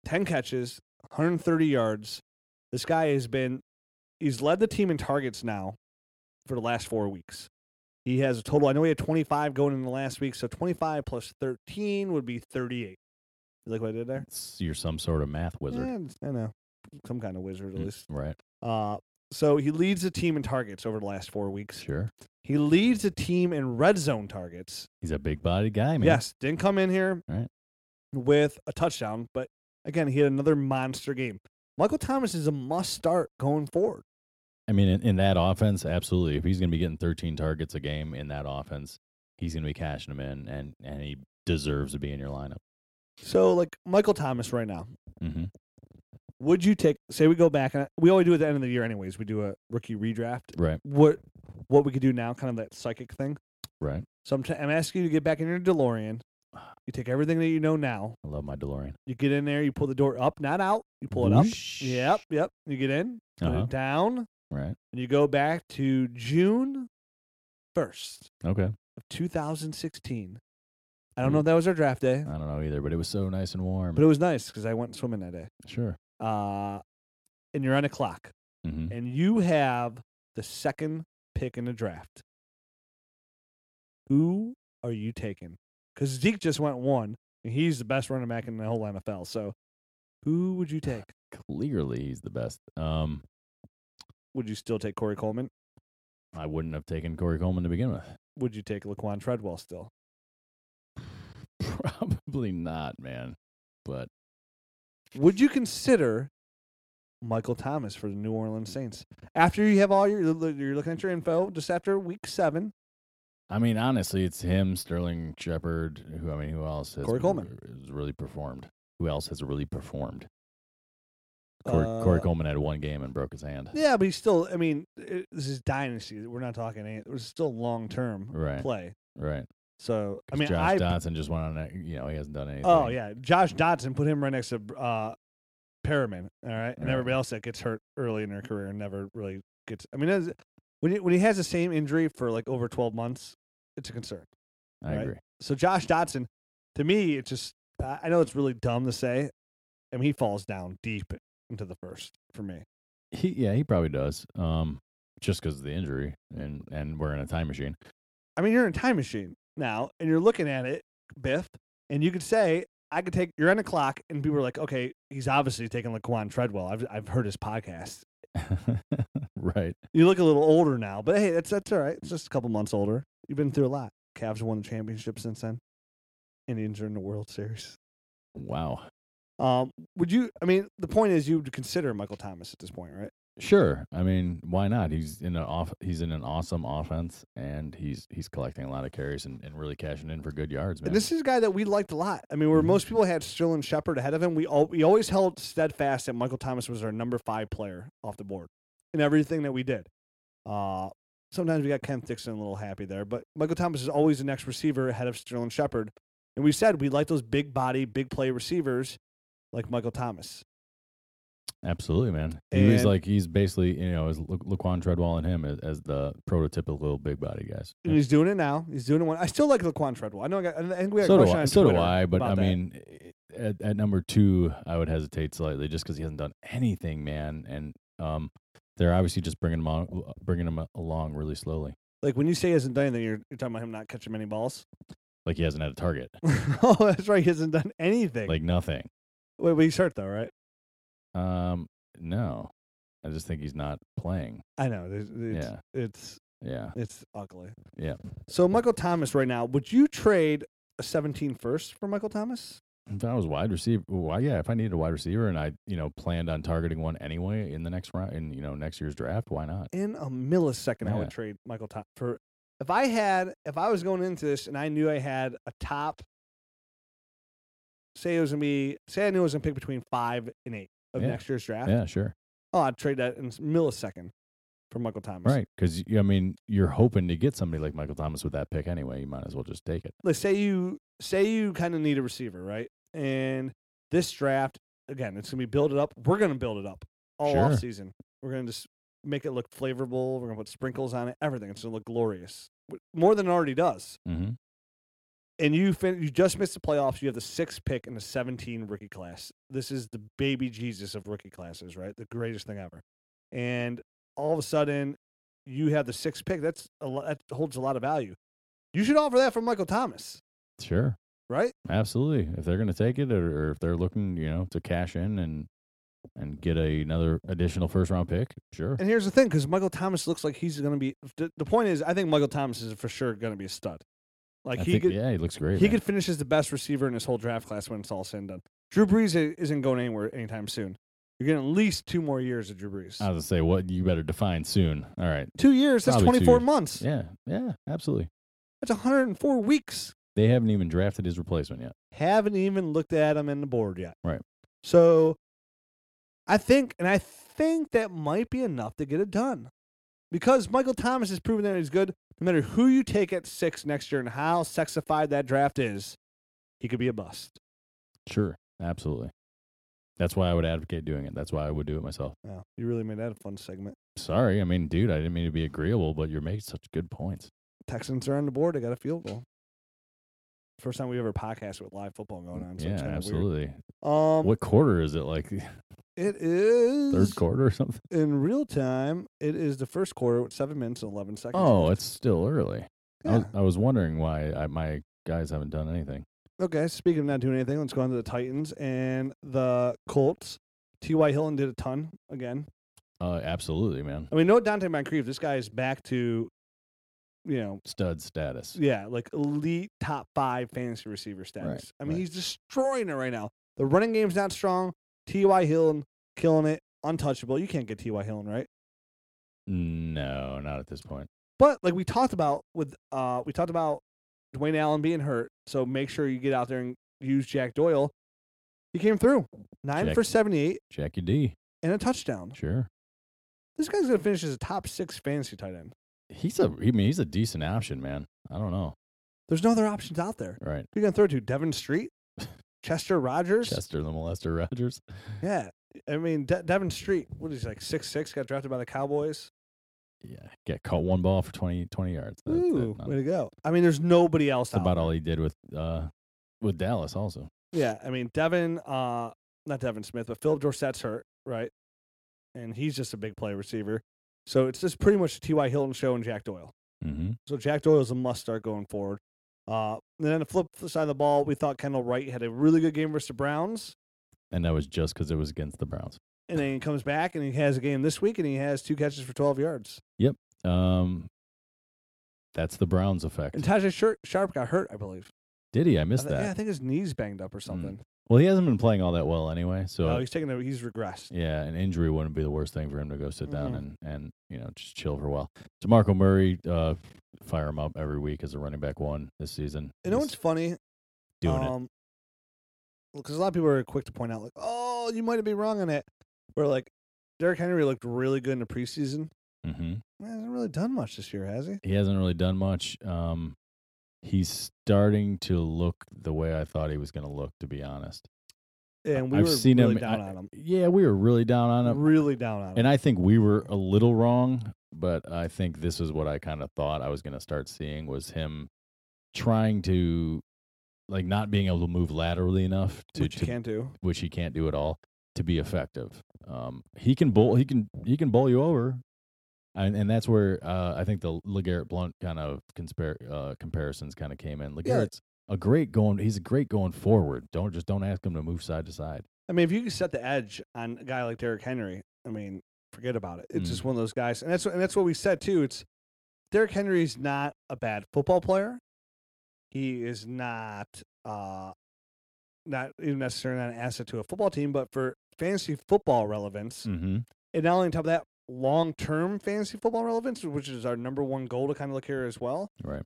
B: 10 catches, 130 yards. This guy has been, he's led the team in targets now for the last four weeks. He has a total, I know he had 25 going in the last week, so 25 plus 13 would be 38. You like what I did there?
C: You're some sort of math wizard,
B: Yeah, I know. Some kind of wizard, at
C: Mm,
B: least.
C: right?
B: Uh, so he leads the team in targets over the last four weeks.
C: Sure.
B: He leads the team in red zone targets.
C: He's a big bodied guy, man.
B: Yes, didn't come in here
C: Right.
B: with a touchdown, but again, he had another monster game. Michael Thomas is a must start going forward.
C: I mean, in, in that offense, absolutely. If he's going to be getting 13 targets a game in that offense, he's going to be cashing them in, and and he deserves to be in your lineup.
B: So, like Michael Thomas right now,
C: Mm-hmm.
B: would you take? Say we go back, and we always do at the end of the year, anyways. We do a rookie redraft.
C: Right,
B: What what we could do now, kind of that psychic thing.
C: right.
B: So I'm, t- I'm asking you to get back in your DeLorean. You take everything that you know now.
C: I love my DeLorean.
B: You get in there. You pull the door up, not out. You pull it up.
C: Whoosh.
B: Yep, yep. You get in, put
C: Uh-huh.
B: it down,
C: Right.
B: and you go back to June first.
C: Okay.
B: of 2016. I don't know if that was our draft day,
C: Hmm. I don't know either, but it was so nice and warm.
B: but it was nice because I went swimming that day.
C: sure.
B: Uh, and you're on a clock,
C: Mm-hmm.
B: and you have the second pick in the draft. Who are you taking? Because Zeke just went one, and he's the best running back in the whole NFL. So, who would you take?
C: Clearly, he's the best. Um,
B: Would you still take Corey Coleman?
C: I wouldn't have taken Corey Coleman to begin with.
B: Would you take Laquan Treadwell still?
C: Probably not, man. But
B: Would you consider Michael Thomas for the New Orleans Saints after you have all your you're looking at your info just after week seven?
C: I mean, honestly, it's him, Sterling Shepard. Who I mean, who else has
B: Corey Coleman.
C: has really performed? Who else has really performed? Corey, Corey
B: Uh,
C: Coleman had one game and broke his hand.
B: Yeah, but he's still. I mean, it, this is dynasty. We're not talking. It was still long term
C: Right,
B: play.
C: right.
B: So I
C: 'Cause
B: mean,
C: Josh
B: I
C: Dotson just went on. That, you know, he hasn't done anything.
B: oh yeah, Josh Dodson put him right next to uh, Perriman, all right, and
C: Right.
B: everybody else that gets hurt early in their career and never really gets. I mean, that's- when he, when he has the same injury for like over twelve months, it's a concern.
C: I
B: Right.
C: agree.
B: So Josh Dotson, to me, it just I I know it's really dumb to say, I mean, he falls down deep into the first for me.
C: He yeah, he probably does. Um, just because of the injury, and and we're in a time machine.
B: I mean, you're in a time machine now, and you're looking at it, Biff, and you could say, I could take, you're on a clock, and people are like, okay, he's obviously taking Laquan Treadwell. I've, I've heard his podcast.
C: right.
B: You look a little older now, but hey, that's, that's all right. It's just a couple months older. You've been through a lot. Cavs won the championship since then. Indians are in the World Series.
C: Wow.
B: Um, would you, I mean, the point is you would consider Michael Thomas at this point, right?
C: Sure. I mean, why not? He's in an off. He's in an awesome offense, and he's he's collecting a lot of carries and, and really cashing in for good yards, man.
B: And this is a guy that we liked a lot. I mean, where
C: Mhm.
B: most people had Sterling Shepard ahead of him, we all, we always held steadfast that Michael Thomas was our number five player off the board in everything that we did. Uh, sometimes we got Ken Dixon a little happy there, but Michael Thomas is always the next receiver ahead of Sterling Shepard. And we said we like those big body, big play receivers like Michael Thomas.
C: Absolutely, man. He's
B: And-
C: like he's basically you know as Lu- Laquan Treadwell and him as, as the prototypical little big body guys.
B: And he's doing it now. He's doing it. When, I still like Laquan Treadwell. I know. I, got, I think we had a
C: so do
B: question
C: I.
B: on
C: So do
B: Twitter
C: I. But I
B: about that.
C: mean, eh, at, at number two, I would hesitate slightly just because he hasn't done anything, man. And um, they're obviously just bringing him on, bringing him along really slowly.
B: like when you say he hasn't done anything, you're, you're talking about him not catching many balls.
C: Like he hasn't had a target,
B: oh, that's right. He hasn't done anything.
C: like nothing.
B: Wait, but he's hurt though, right?
C: Um, no, I just think he's not playing.
B: I know. It's, it's,
C: Yeah.
B: it's
C: Yeah,
B: it's ugly.
C: Yeah.
B: So Michael Thomas right now, would you trade a 17 first for Michael Thomas?
C: if I was wide receiver, why? Yeah, if I needed a wide receiver and I, you know, planned on targeting one anyway in the next round, in you know next year's draft, why not?
B: In a millisecond, I
C: Yeah.
B: would trade Michael Thomas for. If I had, if I was going into this and I knew I had a top, say it was gonna be, say I knew I was gonna pick between five and eight of
C: Yeah.
B: next year's draft.
C: Yeah, sure.
B: Oh, I'd trade that in a millisecond for Michael Thomas.
C: Right, because I mean, you're hoping to get somebody like Michael Thomas with that pick anyway. You might as well just take it.
B: like say you say you kind of need a receiver, right? And this draft, again, it's gonna be build it up. We're gonna build it up all
C: Sure.
B: off season. We're gonna just make it look flavorful. We're gonna put sprinkles on it. Everything. It's gonna look glorious, W- more than it already does.
C: Mm-hmm.
B: And you fin- you just missed the playoffs. You have the sixth pick in the 17 rookie class. This is the baby Jesus of rookie classes, right? The greatest thing ever. And all of a sudden, you have the sixth pick. That's a lo- that holds a lot of value. You should offer that for Michael Thomas,
C: Sure.
B: right?
C: Absolutely. If they're going to take it, or, or if they're looking, you know, to cash in and and get a, another additional first round pick, sure.
B: And here's the thing, because Michael Thomas looks like he's going to be. The, the point is, I think Michael Thomas is for sure going to be a stud. Like
C: I
B: he
C: think-
B: could,
C: yeah, he looks great.
B: he
C: man.
B: could finish as the best receiver in his whole draft class when it's all said and done. Drew Brees i- isn't going anywhere anytime soon. You're getting at least two more years of Drew Brees.
C: I was gonna say what you better define soon. All right.
B: two years. That's
C: Uh, probably two
B: 24
C: years.
B: months.
C: Yeah. Yeah. Absolutely.
B: That's 104 weeks.
C: They haven't even drafted his replacement yet.
B: Haven't even looked at him in the board yet.
C: Right.
B: So, I think, and I think that might be enough to get it done, because Michael Thomas has proven that he's good. No matter who you take at six next year and how sexified that draft is, he could be a bust.
C: Sure. Absolutely. That's why I would advocate doing it. That's why I would do it myself.
B: Yeah, you really made that a fun segment.
C: Sorry. I mean, dude, I didn't mean to be agreeable, but you're making such good points.
B: Texans are on the board. They got a field goal. First time we ever podcasted with live football going on. So
C: yeah,
B: it's kinda
C: absolutely.
B: Weird. Um,
C: what quarter is it? Like
B: it is
C: third quarter or something?
B: in real time. It is the first quarter with seven minutes and eleven seconds.
C: Oh, uh,
B: left.
C: it's still early. I,
B: Yeah.
C: was, I was wondering why I, my guys haven't done anything.
B: Okay, speaking of not doing anything, let's go on to the Titans and the Colts. T.Y. Hilton did a ton again.
C: Uh, absolutely, man.
B: I mean, no Dante Moncrief. This guy is back to, you know,
C: Stud status.
B: yeah, like elite top five fantasy receiver status. I mean,
C: right.
B: he's destroying it right now. The running game's not strong. T.Y. Hilton killing it, untouchable. You can't get T.Y. Hilton, right?
C: No, not at this point.
B: But like we talked about with uh we talked about Dwayne Allen being hurt, so make sure you get out there and use Jack Doyle. He came through. Nine
C: Jack-
B: for seventy eight
C: Jackie D.
B: and a touchdown.
C: Sure.
B: This guy's gonna finish as a top six fantasy tight end.
C: He's a. I mean, he's a decent option, man. I don't know.
B: There's no other options out there.
C: Right.
B: Who you gonna throw to? Devin Street? Chester Rogers?
C: Chester the Molester Rogers.
B: Yeah. I mean, De- Devin Street, what is he like six six? Got drafted by the Cowboys.
C: Yeah, get caught one ball for 20, 20 yards. That's it.
B: Ooh,
C: Not-
B: way to go! I mean, there's nobody else.
C: That's
B: out
C: about
B: there.
C: all he did with uh with Dallas also.
B: Yeah, I mean Devin, uh, not Devin Smith, but Philip Dorsett's hurt, right? And he's just a big play receiver. So it's just pretty much the T.Y. Hilton show and Jack Doyle.
C: Mm-hmm.
B: So Jack Doyle is a must start going forward. Uh, and then the flip side of the ball, we thought Kendall Wright had a really good game versus the Browns,
C: And that was just because it was against the Browns.
B: and then he comes back and he has a game this week and he has two catches for 12 yards.
C: Um, that's the Browns effect.
B: And Tajay Shir- Sharp got hurt, I believe.
C: Did he? I
B: I
C: missed
B: thi-
C: that.
B: uh, Yeah, I think his knees banged up or something.
C: Well, he hasn't been playing all that well anyway. So
B: no, Oh, he's taking a, he's regressed.
C: yeah, an injury wouldn't be the worst thing for him to go sit down
B: Mhm.
C: and and you know just chill for a while. Demarco Murray, uh, fire him up every week as a running back one this season.
B: You know
C: He's
B: what's funny?
C: doing it.
B: um, Because a lot of people are quick to point out, like, oh, you might be wrong on it. Where, like, Derrick Henry looked really good in the preseason.
C: Mm-hmm.
B: Man, hasn't really done much this year, has he?
C: He hasn't really done much. Um, he's starting to look the way I thought he was going to look. To be honest,
B: And we
C: I've
B: were
C: seen
B: really
C: him-
B: down
C: I-
B: on him.
C: yeah, we were really down on him.
B: Really down on him.
C: And I think we were a little wrong, but I think this is what I kind of thought I was going to start seeing was him trying to like not being able to move laterally enough to
B: which
C: to-
B: you can't do.
C: which he can't do at all to be effective. Um, he can bowl he can he can bowl you over. And, and that's where uh, I think the Legarrette Blunt kind of conspar- uh, comparisons kind of came in. Legarrette's a great going. He's a great going forward. Don't just don't ask him to move side to side.
B: I mean, if you can set the edge on a guy like Derrick Henry, I mean, forget about it. It's
C: Mm.
B: just one of those guys, and that's what, and that's what we said too. It's Derrick Henry's not a bad football player. He is not uh not even necessarily not an asset to a football team, but for fantasy football relevance,
C: Mm-hmm.
B: and not only on top of that, long term fantasy football relevance, which is our number one goal to kind of look here as well.
C: Right.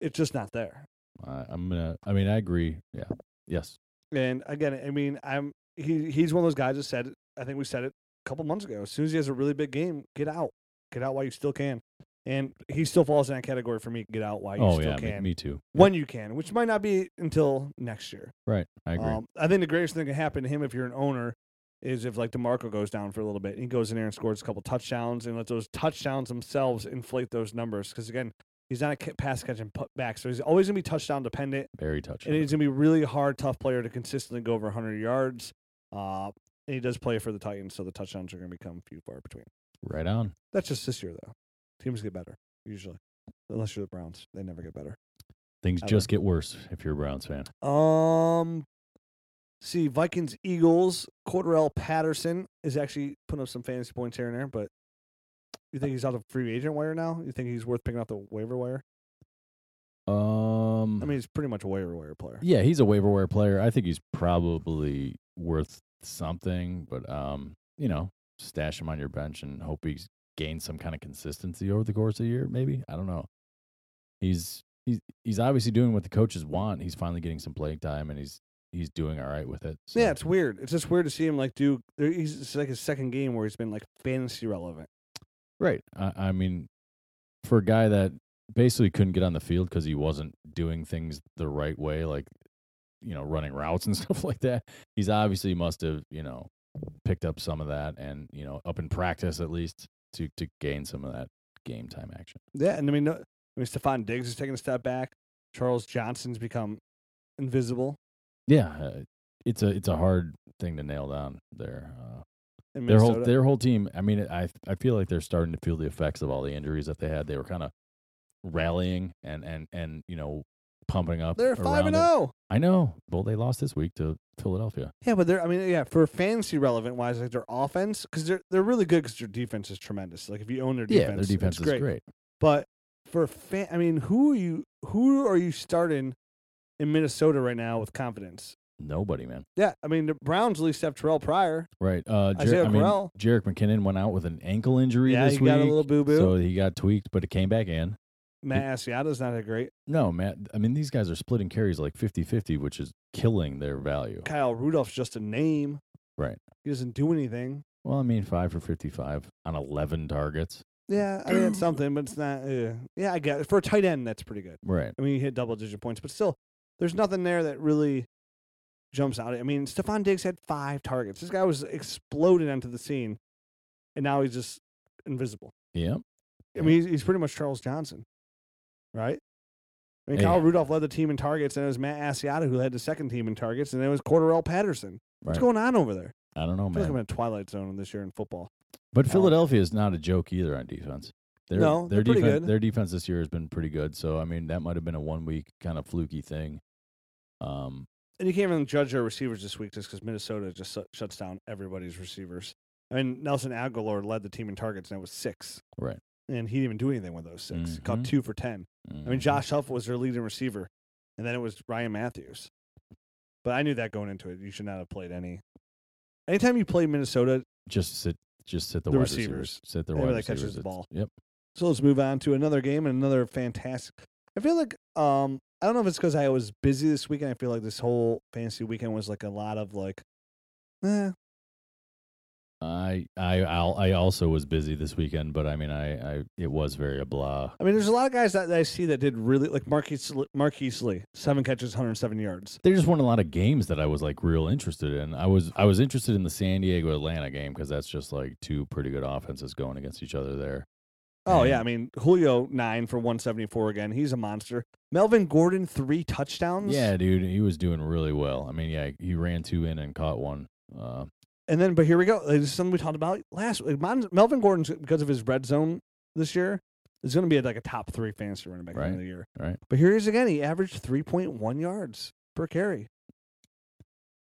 B: It's just not there.
C: I I'm gonna. I mean, I agree. Yeah. Yes.
B: And again, I mean, I'm he he's one of those guys that said I think we said it a couple months ago. As soon as he has a really big game, get out. Get out while you still can. And he still falls in that category for me, get out while you
C: Oh
B: still
C: yeah. Me,
B: can.
C: me too. Yep.
B: when you can, which might not be until next year.
C: Right. I agree.
B: Um, I think the greatest thing that can happen to him if you're an owner is if like DeMarco goes down for a little bit and he goes in there and scores a couple touchdowns and let those touchdowns themselves inflate those numbers. Because again, he's not a ca- pass catch and put back. So he's always going to be touchdown dependent
C: Very touching.
B: and he's gonna be a really hard, tough player to consistently go over 100 yards. Uh, and he does play for the Titans, so the touchdowns are gonna become few far between.
C: Right on.
B: That's just this year, though. Teams get better usually, unless you're the Browns. They never get better.
C: Things
B: I
C: just get worse if you're a Browns fan.
B: Um, see Vikings Eagles. Cordarrelle Patterson is actually putting up some fantasy points here and there, but you think he's out of free agent wire now? You think he's worth picking up the waiver wire?
C: Um.
B: I mean, he's pretty much a waiver wire player.
C: Yeah, he's a waiver wire player. I think he's probably worth something, but um, you know, stash him on your bench and hope he's gained some kind of consistency over the course of the year. Maybe I don't know. He's he's he's obviously doing what the coaches want. He's finally getting some playing time, and he's he's doing all right with it. So,
B: Yeah, it's weird. It's just weird to see him like do. there- He's it's like his second game where he's been like fantasy relevant.
C: right. I, I mean, for a guy that basically couldn't get on the field because he wasn't doing things the right way, like you know, running routes and stuff like that. He's obviously must have you know picked up some of that, and you know, up in practice at least to to gain some of that game time action.
B: Yeah, and I mean, no, I mean, Stephon Diggs is taking a step back. Charles Johnson's become invisible.
C: Yeah, uh, it's a it's a hard thing to nail down there. Uh,
B: In
C: their whole
B: Minnesota.
C: their whole team. I mean, I I feel like they're starting to feel the effects of all the injuries that they had. They were kind of rallying and and and you know pumping up.
B: They're five
C: around
B: and
C: it.
B: zero.
C: I know. Well, they lost this week to Philadelphia.
B: Yeah, but they're. I mean, yeah, for fantasy relevant wise, like their offense, because they're they're really good because their defense is tremendous. Like if you own their defense,
C: yeah, their defense
B: it's
C: is
B: great.
C: great.
B: But for fan, I mean, who are you? Who are you starting in Minnesota right now with confidence?
C: Nobody, man.
B: Yeah, I mean, the Browns at least have Terrell Pryor.
C: Right. Uh,
B: Isaiah
C: Jer- I mean,
B: Correll.
C: Jarek McKinnon went out with an ankle injury
B: Yeah,
C: this
B: he
C: week.
B: got a little boo boo.
C: So he got tweaked, but it came back in.
B: Matt Asiata's not that great.
C: No, Matt. I mean, these guys are splitting carries like 50 50, which is killing their value.
B: Kyle Rudolph's just a name.
C: Right.
B: He doesn't do anything.
C: Well, I mean, five for 55 on 11 targets.
B: Yeah, I mean it's something, but it's not. Uh, yeah, I guess for a tight end, that's pretty good.
C: Right.
B: I mean, he hit double digit points, but still, there's nothing there that really jumps out. I mean, Stephon Diggs had five targets. This guy was exploding onto the scene, and now he's just invisible.
C: Yeah.
B: I mean, he's, he's pretty much Charles Johnson, right? I mean,
C: Yeah.
B: Kyle Rudolph led the team in targets, and it was Matt Asiata who led the second team in targets, and then it was Cordarrelle Patterson. What's
C: Right.
B: going on over there?
C: I don't know,
B: I feel like I'm
C: man.
B: in a twilight zone this year in football.
C: But
B: No.
C: Philadelphia is not a joke either on defense. Their,
B: No,
C: their
B: they're pretty
C: defense,
B: good.
C: Their defense this year has been pretty good. So I mean, that might have been a one week kind of fluky thing. Um,
B: And you can't even judge their receivers this week just because Minnesota just su- shuts down everybody's receivers. I mean, Nelson Aguilar led the team in targets, and it was six.
C: Right.
B: And he didn't even do anything with those 6 Caught
C: Mhm.
B: two for 10. I mean,
C: mhm.
B: Josh Huff was their leading receiver, and then it was Ryan Matthews. But I knew that going into it. You should not have played any. Anytime you play Minnesota,
C: mm, just sit, just sit the,
B: The
C: wide
B: receivers.
C: sit their wide
B: Everybody
C: receivers.
B: catches the
C: It's-
B: ball.
C: Yep.
B: so let's move on to another game and another fantastic. I feel like um I don't know if it's because I was busy this weekend. I feel like this whole fantasy weekend was like a lot of like, eh,
C: I I I'll, I also was busy this weekend, but I mean, I, I it was very a blah.
B: I mean, there's a lot of guys that, that I see that did really like Marquise Le- Marquise Lee, seven catches, 107 yards.
C: There just weren't a lot of games that I was like real interested in. I was I was interested in the San Diego Atlanta game because that's just like two pretty good offenses going against each other there.
B: Oh
C: Yeah.
B: yeah, I mean Julio nine for 174 again. He's a monster. Melvin Gordon three touchdowns.
C: Yeah, dude, he was doing really well. I mean, yeah, he ran two in and caught one. Uh,
B: And then, but here we go. Like, This is something we talked about last. Like, Mon- Melvin Gordon's because of his red zone this year is going to be like a top three fantasy running back at the end of
C: Right,
B: the year.
C: right.
B: But here he is again. He averaged 3.1 yards per carry.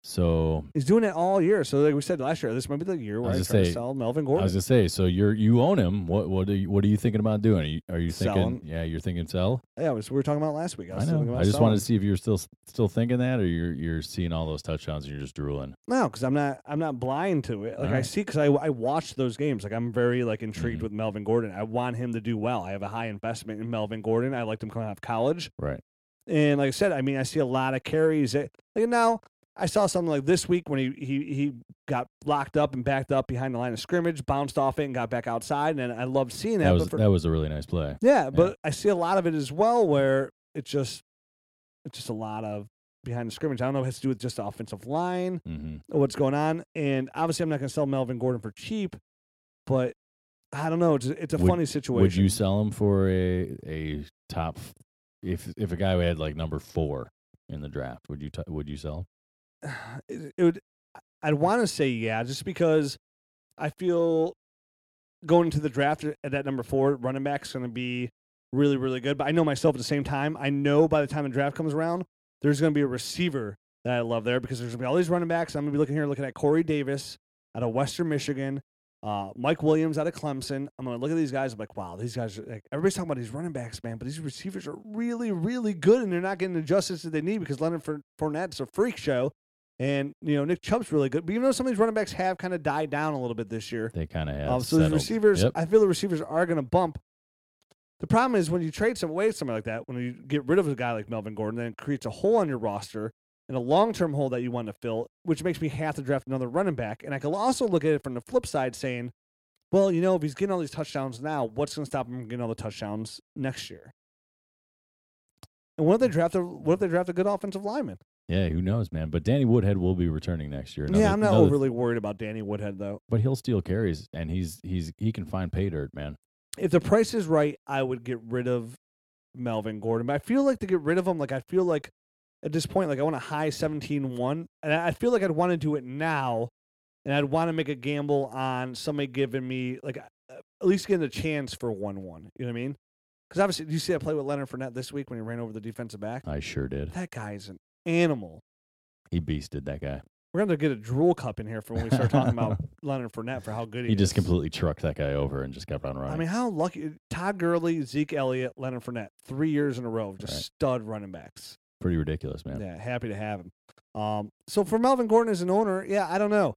C: so
B: He's doing it all year. So like we said last year, this might be the year where I,
C: I
B: try
C: was gonna
B: to
C: say-
B: sell Melvin
C: I
B: Gordon.
C: was gonna say, so you're you own him. What what are you what are you thinking about doing? Are you, are you thinking?
B: Selling.
C: Yeah, you're thinking sell.
B: yeah, it was, we were talking about it last week. I,
C: I
B: was thinking
C: know.
B: about
C: I just wanted to
B: selling.
C: see if you're still still thinking that, or you're you're seeing all those touchdowns and you're just drooling.
B: No, because I'm not. I'm not blind to it. Like I
C: Alright.
B: see, because I I watched those games. Like I'm very like intrigued
C: Mhm.
B: with Melvin Gordon. I want him to do well. I have a high investment in Melvin Gordon. I liked him coming out of college.
C: Right.
B: And like I said, I mean, I see a lot of carries. That, like now, I saw something like this week when he he he got locked up and backed up behind the line of scrimmage, bounced off it, and got back outside. And I loved seeing that.
C: that
B: but
C: was
B: for-
C: that was a really nice play.
B: yeah, but I see a lot of it as well where it's just it's just a lot of behind the scrimmage. I don't know if it has to do with just the offensive line
C: hmm
B: what's going on. And obviously, I'm not going to sell Melvin Gordon for cheap, but I don't know. It's, it's a
C: Would-
B: funny situation.
C: Would you sell him for a a top? If if a guy had like number four in the draft, would you t- would you sell? him?
B: It, it would. I'd want to say yeah, just because I feel going into the draft at that number four running back is going to be really, really good. But I know myself at the same time. I know by the time the draft comes around, there's going to be a receiver that I love there because there's going to be all these running backs. I'm going to be looking here, looking at Corey Davis out of Western Michigan, uh, Mike Williams out of Clemson. I'm going to look at these guys. I'm like, wow, these guys are like, everybody's talking about these running backs, man, but these receivers are really, really good and they're not getting the justice that they need because Leonard Four- Fournette's a freak show. And, you know, Nick Chubb's really good. But even though some of these running backs have kind of died down a little bit this year,
C: They kind of have.
B: um, so the
C: settled.
B: receivers,
C: Yep.
B: I feel the receivers are going to bump. The problem is when you trade some away somebody like that, when you get rid of a guy like Melvin Gordon, then it creates a hole on your roster and a long-term hole that you want to fill, which makes me have to draft another running back. And I can also look at it from the flip side, saying, well, you know, if he's getting all these touchdowns now, what's going to stop him from getting all the touchdowns next year? And what if they draft a what if they draft a good offensive lineman?
C: yeah, who knows, man? But Danny Woodhead will be returning next year. Another-
B: yeah, I'm not
C: another-
B: overly worried about Danny Woodhead though.
C: But he'll steal carries, and he's he's he can find pay dirt, man.
B: if the price is right, I would get rid of Melvin Gordon. But I feel like to get rid of him, like I feel like at this point, like I want a high 17-1. And I I feel like I'd want to do it now. And I'd want to make a gamble on somebody giving me like a- at least getting a chance for one one. You know what I mean? Because obviously, do you see that play with Leonard Fournette this week when he ran over the defensive back?
C: I sure did.
B: That guy is an animal.
C: He beasted that guy.
B: We're gonna get a drool cup in here for when we start talking about Leonard Fournette for how good he,
C: He just
B: is.
C: completely trucked that guy over and just kept on running.
B: I mean, how lucky Todd Gurley, Zeke Elliott, Leonard Fournette, three years in a row of just
C: Right.
B: stud running backs.
C: Pretty ridiculous, man.
B: Yeah, happy to have him. Um, so for Melvin Gordon as an owner, yeah, I don't know.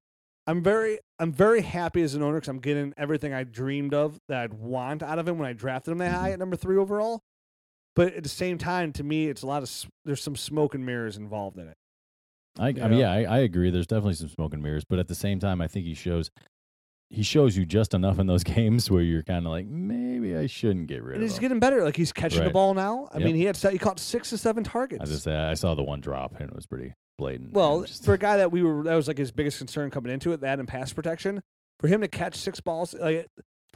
B: I'm very, I'm very happy as an owner because I'm getting everything I dreamed of that I'd want out of him when I drafted him that high
C: Mhm.
B: at number three overall. But at the same time, to me, it's a lot of s- there's some smoke and mirrors involved in it.
C: I, I
B: Yeah.
C: mean, yeah, I, I agree. There's definitely some smoke and mirrors, but at the same time, I think he shows he shows you just enough in those games where you're kind of like, maybe I shouldn't get rid
B: And he's
C: of him.
B: getting better. Like he's catching the
C: Right.
B: ball now. I
C: Yep.
B: mean, he had se- he caught six to seven targets.
C: I just say I saw the one drop and it was pretty blatant. and
B: Well,
C: just-
B: for a guy that we were, that was like his biggest concern coming into it, that and pass protection. For him to catch six balls, like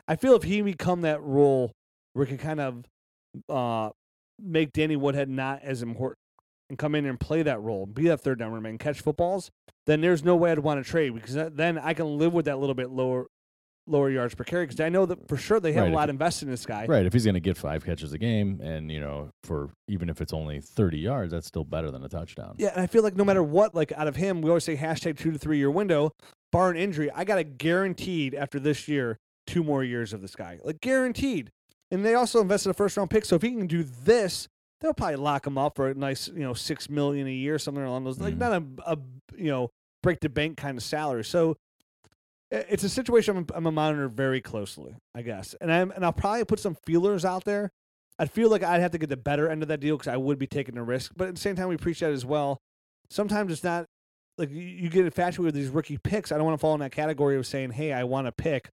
B: I feel if he become that role where he could kind of uh, make Danny Woodhead not as important and come in and play that role, be that third down lineman, and catch footballs, then there's no way I'd want to trade because that, then I can live with that little bit lower lower yards per carry because I know that for sure they have
C: Right,
B: a
C: if
B: lot
C: you-
B: invested in this guy.
C: right, if he's going to get five catches a game, and you know, for even if it's only thirty yards, that's still better than a touchdown.
B: Yeah, and I feel like no matter what, like out of him, we always say hashtag two to three year window, bar an injury. I got a guaranteed after this year, two more years of this guy, like guaranteed. And they also invested a first round pick, so if he can do this, they'll probably lock him up for a nice, you know, six million a year, something along those. Like
C: Mhm.
B: not a, a you know break the bank kind of salary. So i- it's a situation I'm, I'm gonna monitor very closely, I guess. And I'm and I'll probably put some feelers out there. I feel like I'd have to get the better end of that deal because I would be taking a risk. But at the same time, we preach that as well. Sometimes it's not like you- you get infatuated with these rookie picks. I don't want to fall in that category of saying, "Hey, I want a pick,"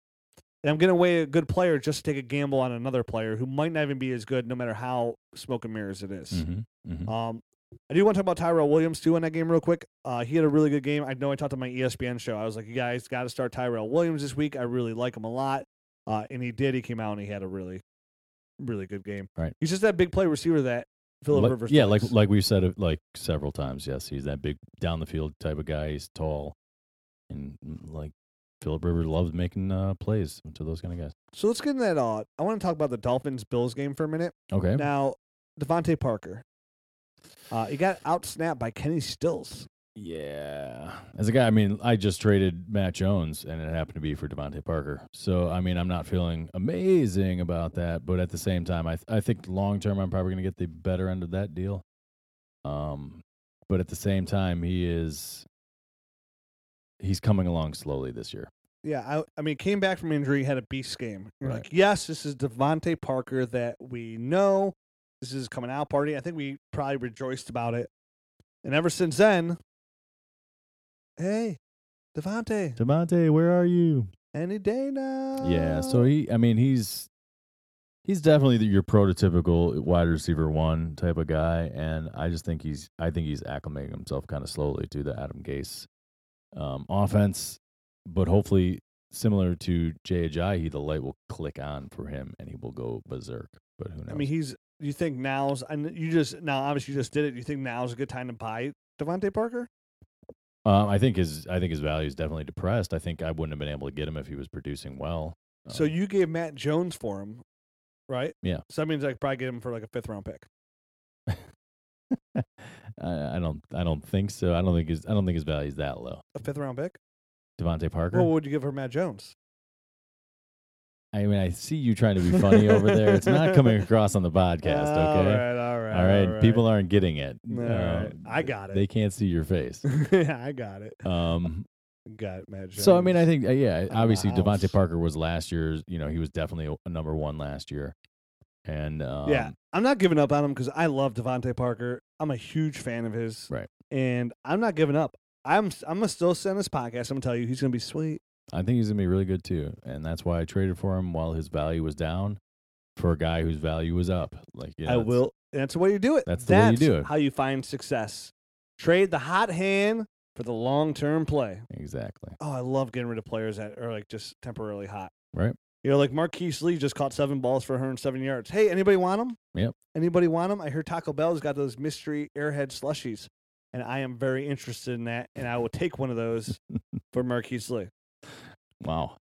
B: and I'm going to weigh a good player just to take a gamble on another player who might not even be as good, no matter how smoke and mirrors it is.
C: Mhm, mhm.
B: Um, I do want to talk about Tyrell Williams too in that game real quick. Uh, he had a really good game. I know I talked on my E ESPN show. I was like, you guys got to start Tyrell Williams this week. I really like him a lot, uh, and he did. He came out and he had a really, really good game.
C: Right.
B: He's just that big play receiver that Philip
C: Like-
B: Rivers.
C: yeah, like
B: likes.
C: like we've said it like several times. Yes, he's that big down the field type of guy. He's tall, and mm, like Philip Rivers loves making uh, plays to those kind of guys.
B: So let's get into that. Uh, I want to talk about the Dolphins Bills game for a minute.
C: Okay,
B: Now, Devontae Parker. Uh, he got outsnapped by Kenny Stills.
C: Yeah. As a guy, I mean, I just traded Matt Jones and it happened to be for Devontae Parker. So, I mean, I'm not feeling amazing about that, but at the same time, I, I think long term, I'm probably going to get the better end of that deal. Um, but at the same time, he is he's coming along slowly this year.
B: Yeah, I, I mean, came back from injury, had a beast game. You're
C: Right.
B: like, yes, this is Devontae Parker that we know. This is his coming out party. I think we probably rejoiced about it. And ever since then, hey, Devontae,
C: Devontae, where are you?
B: any day now.
C: Yeah.
B: Oh.
C: So he, I mean, he's he's definitely the, your prototypical wide receiver one type of guy, and I just think he's I think he's acclimating himself kind of slowly to the Adam Gase um, offense, but hopefully similar to Jay Ajayi, the light will click on for him and he will go berserk. But who knows?
B: I mean, he's. You think now's and you just now obviously you just did it. You think now's a good time to buy Devontae Parker?
C: um, I think his I think his value is definitely depressed. I think I wouldn't have been able to get him if he was producing well.
B: So
C: Um,
B: you gave Matt Jones for him, right?
C: Yeah.
B: So that means I could probably get him for like a fifth round pick.
C: I, I don't I don't think so. I don't think his I don't think his value is that low.
B: A fifth round pick?
C: Devontae Parker.
B: Well, What would you give for Matt Jones?
C: I mean, I see you trying to be funny over there. It's not coming across on the podcast,
B: All
C: okay?
B: right, all right.
C: All right, people aren't getting it.
B: All
C: Uh,
B: right. I got it.
C: They can't see your face.
B: I got it.
C: Um,
B: Got it, Matt Jones.
C: so I mean, I think uh, yeah,
B: the
C: obviously
B: house.
C: Devontae Parker was last year's. You know, he was definitely a- a number one last year, and um,
B: Yeah. I'm not giving up on him because I love Devontae Parker. I'm a huge fan of his.
C: Right.
B: And I'm not giving up. I'm s- I'm gonna still send this podcast. I'm gonna tell you he's gonna be sweet.
C: I think he's gonna be really good too, and that's why I traded for him while his value was down, for a guy whose value was up. Like you know,
B: I
C: it's-
B: will. That's the way you do it.
C: That's the way you do it.
B: How you find success. Trade the hot hand for the long term play.
C: exactly
B: Oh, I love getting rid of players that are like just temporarily hot.
C: right.
B: You know, like Marquise Lee just caught seven balls for 107 yards. Hey, anybody want them?
C: Yep.
B: Anybody want them? I heard Taco Bell's got those mystery airhead slushies, and I am very interested in that, and I will take one of those for Marquise Lee.
C: Wow,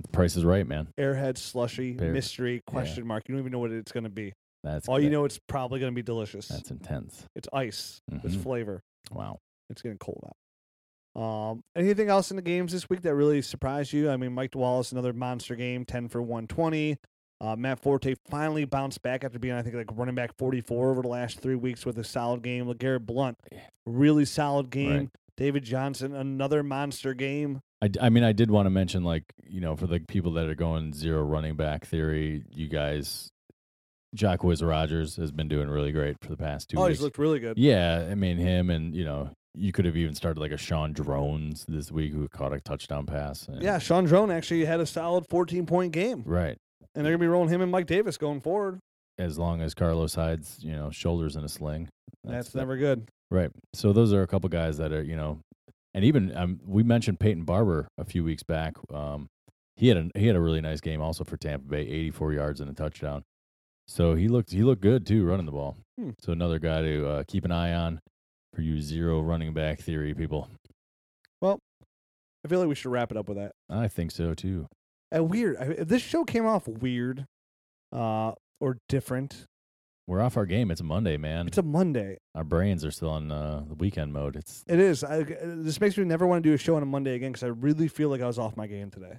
C: the price is right, man.
B: Airhead slushy
C: Very-
B: mystery question mark. You don't even know what it's going to be.
C: That's
B: All you know, it's probably going to be delicious.
C: That's intense.
B: it's ice. It's
C: Mhm.
B: flavor.
C: Wow.
B: It's getting cold out. Um, anything else in the games this week that really surprised you? I mean, Mike Wallace, another monster game, 10 for 120. Uh, Matt Forte finally bounced back after being, I think, like running back 44 over the last three weeks with a solid game. LeGarrette Blunt,
C: Yeah.
B: really solid game.
C: Right.
B: David Johnson, another monster game.
C: I, d- I mean, I did want to mention, like, you know, for the people that are going zero running back theory, you guys, Jacquez Rogers has been doing really great for the past two
B: Oh,
C: weeks.
B: he's looked really good.
C: yeah, I mean, him and, you know, you could have even started like a Sean Drones this week who caught a touchdown pass. And,
B: Yeah, Sean Drone actually had a solid 14 point game,
C: Right.
B: and they're going to be rolling him and Mike Davis going forward.
C: As long as Carlos hides, you know, shoulders in a sling.
B: That's, never good.
C: Right. So those are a couple guys that are, you know, and even um, we mentioned Peyton Barber a few weeks back. Um, he had a he had a really nice game also for Tampa Bay, 84 yards and a touchdown. So he looked he looked good too running the ball.
B: Hmm.
C: So another guy to uh, keep an eye on for you zero running back theory people.
B: I feel like we should wrap it up with that.
C: I think so too.
B: And weird. I, if this show came off weird, uh, or different.
C: We're off our game. It's a Monday, man.
B: It's a Monday.
C: our brains are still on uh, the weekend mode. It's
B: It is. I, this makes me never want to do a show on a Monday again because I really feel like I was off my game today.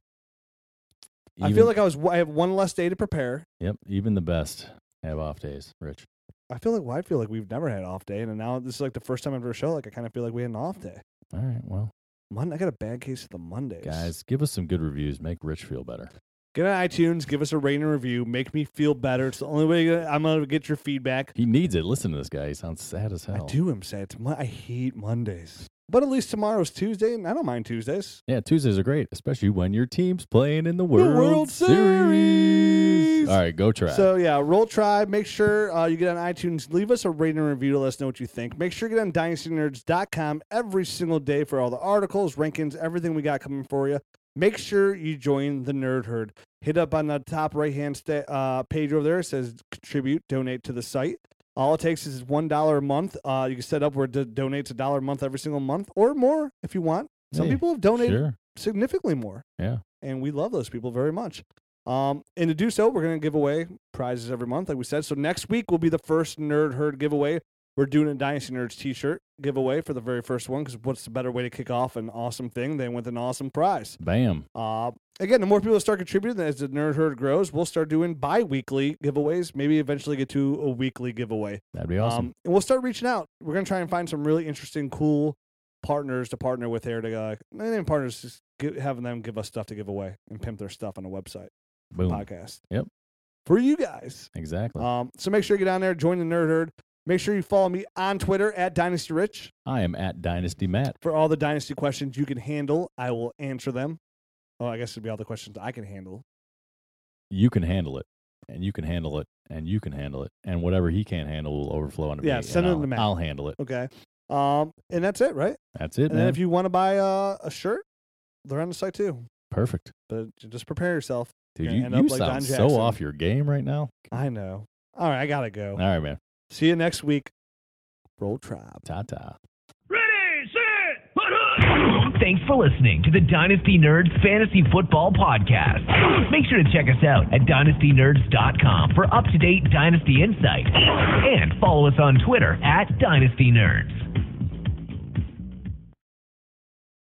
B: I
C: even-
B: feel like I was. I have one less day to prepare.
C: Yep, even the best have off days, Rich.
B: I feel like. Well, I feel like we've never had an off day, and now this is like the first time I've ever show. Like I kind of feel like we had an off day.
C: All right, well,
B: Monday. I got a bad case of the Mondays.
C: guys, give us some good reviews. Make Rich feel better.
B: get on iTunes, give us a rating and review. Make me feel better. It's the only way uh, I'm gonna get your feedback.
C: He needs it. Listen to this guy. He sounds sad as hell.
B: I do am sad. It's Mon- I hate Mondays, but at least tomorrow's Tuesday, and I don't mind Tuesdays.
C: Yeah, Tuesdays are great, especially when your team's playing in the World,
B: World
C: Series.
B: Series.
C: All right, go try.
B: So yeah, roll tribe. Make sure uh, you get on iTunes. Leave us a rating and review to let us know what you think. Make sure you get on dynastynerds.com every single day for all the articles, rankings, everything we got coming for you. Make sure you join the nerd herd. Hit up on the top right hand sta- uh, page over there. It says contribute, donate to the site. All it takes is one dollar a month. Uh, you can set up where it do- donates a dollar a month every single month or more if you want. Some
C: Hey,
B: people have donated
C: sure.
B: significantly more.
C: Yeah.
B: And we love those people very much. Um, and to do so, we're going to give away prizes every month, like we said. So next week will be the first Nerd Herd giveaway. We're doing a Dynasty Nerds t shirt giveaway for the very first one because what's the better way to kick off an awesome thing than with an awesome prize?
C: Bam.
B: Uh, again, the more people that start contributing as the Nerd Herd grows, we'll start doing bi weekly giveaways, maybe eventually get to a weekly giveaway.
C: That'd be awesome.
B: Um, and we'll start reaching out. We're gonna try and find some really interesting, cool partners to partner with here. To uh, not even partners, just gi- having them give us stuff to give away and pimp their stuff on a website
C: Boom.
B: podcast.
C: Yep.
B: for you guys.
C: Exactly.
B: Um, so make sure you get down there, join the nerd herd. Make sure you follow me on Twitter at Dynasty Rich
C: I am at Dynasty Matt.
B: for all the dynasty questions you can handle. I will answer them. Oh, I guess it'd be all the questions I can handle.
C: You can handle it, and you can handle it, and you can handle it, and whatever he can't handle will overflow onto
B: Yeah,
C: me.
B: send
C: and
B: it to
C: I'll-
B: Matt.
C: I'll handle it.
B: Okay. Um, and that's it, right?
C: That's it,
B: and
C: man.
B: then if you want to buy uh, a shirt, they're on the site too.
C: Perfect.
B: But just prepare yourself.
C: Dude,
B: Gonna
C: you,
B: end up
C: you
B: like Don
C: sound so
B: Jackson. Oh.
C: off your game right now.
B: I know. All right, I gotta go.
C: All right, man.
B: See you next week. Roll Tribe.
C: Ta ta.
A: Ready, set, put up! Thanks for listening to the Dynasty Nerds Fantasy Football Podcast. Make sure to check us out at dynastynerds.com for up to date Dynasty insight. And follow us on Twitter at Dynasty Nerds.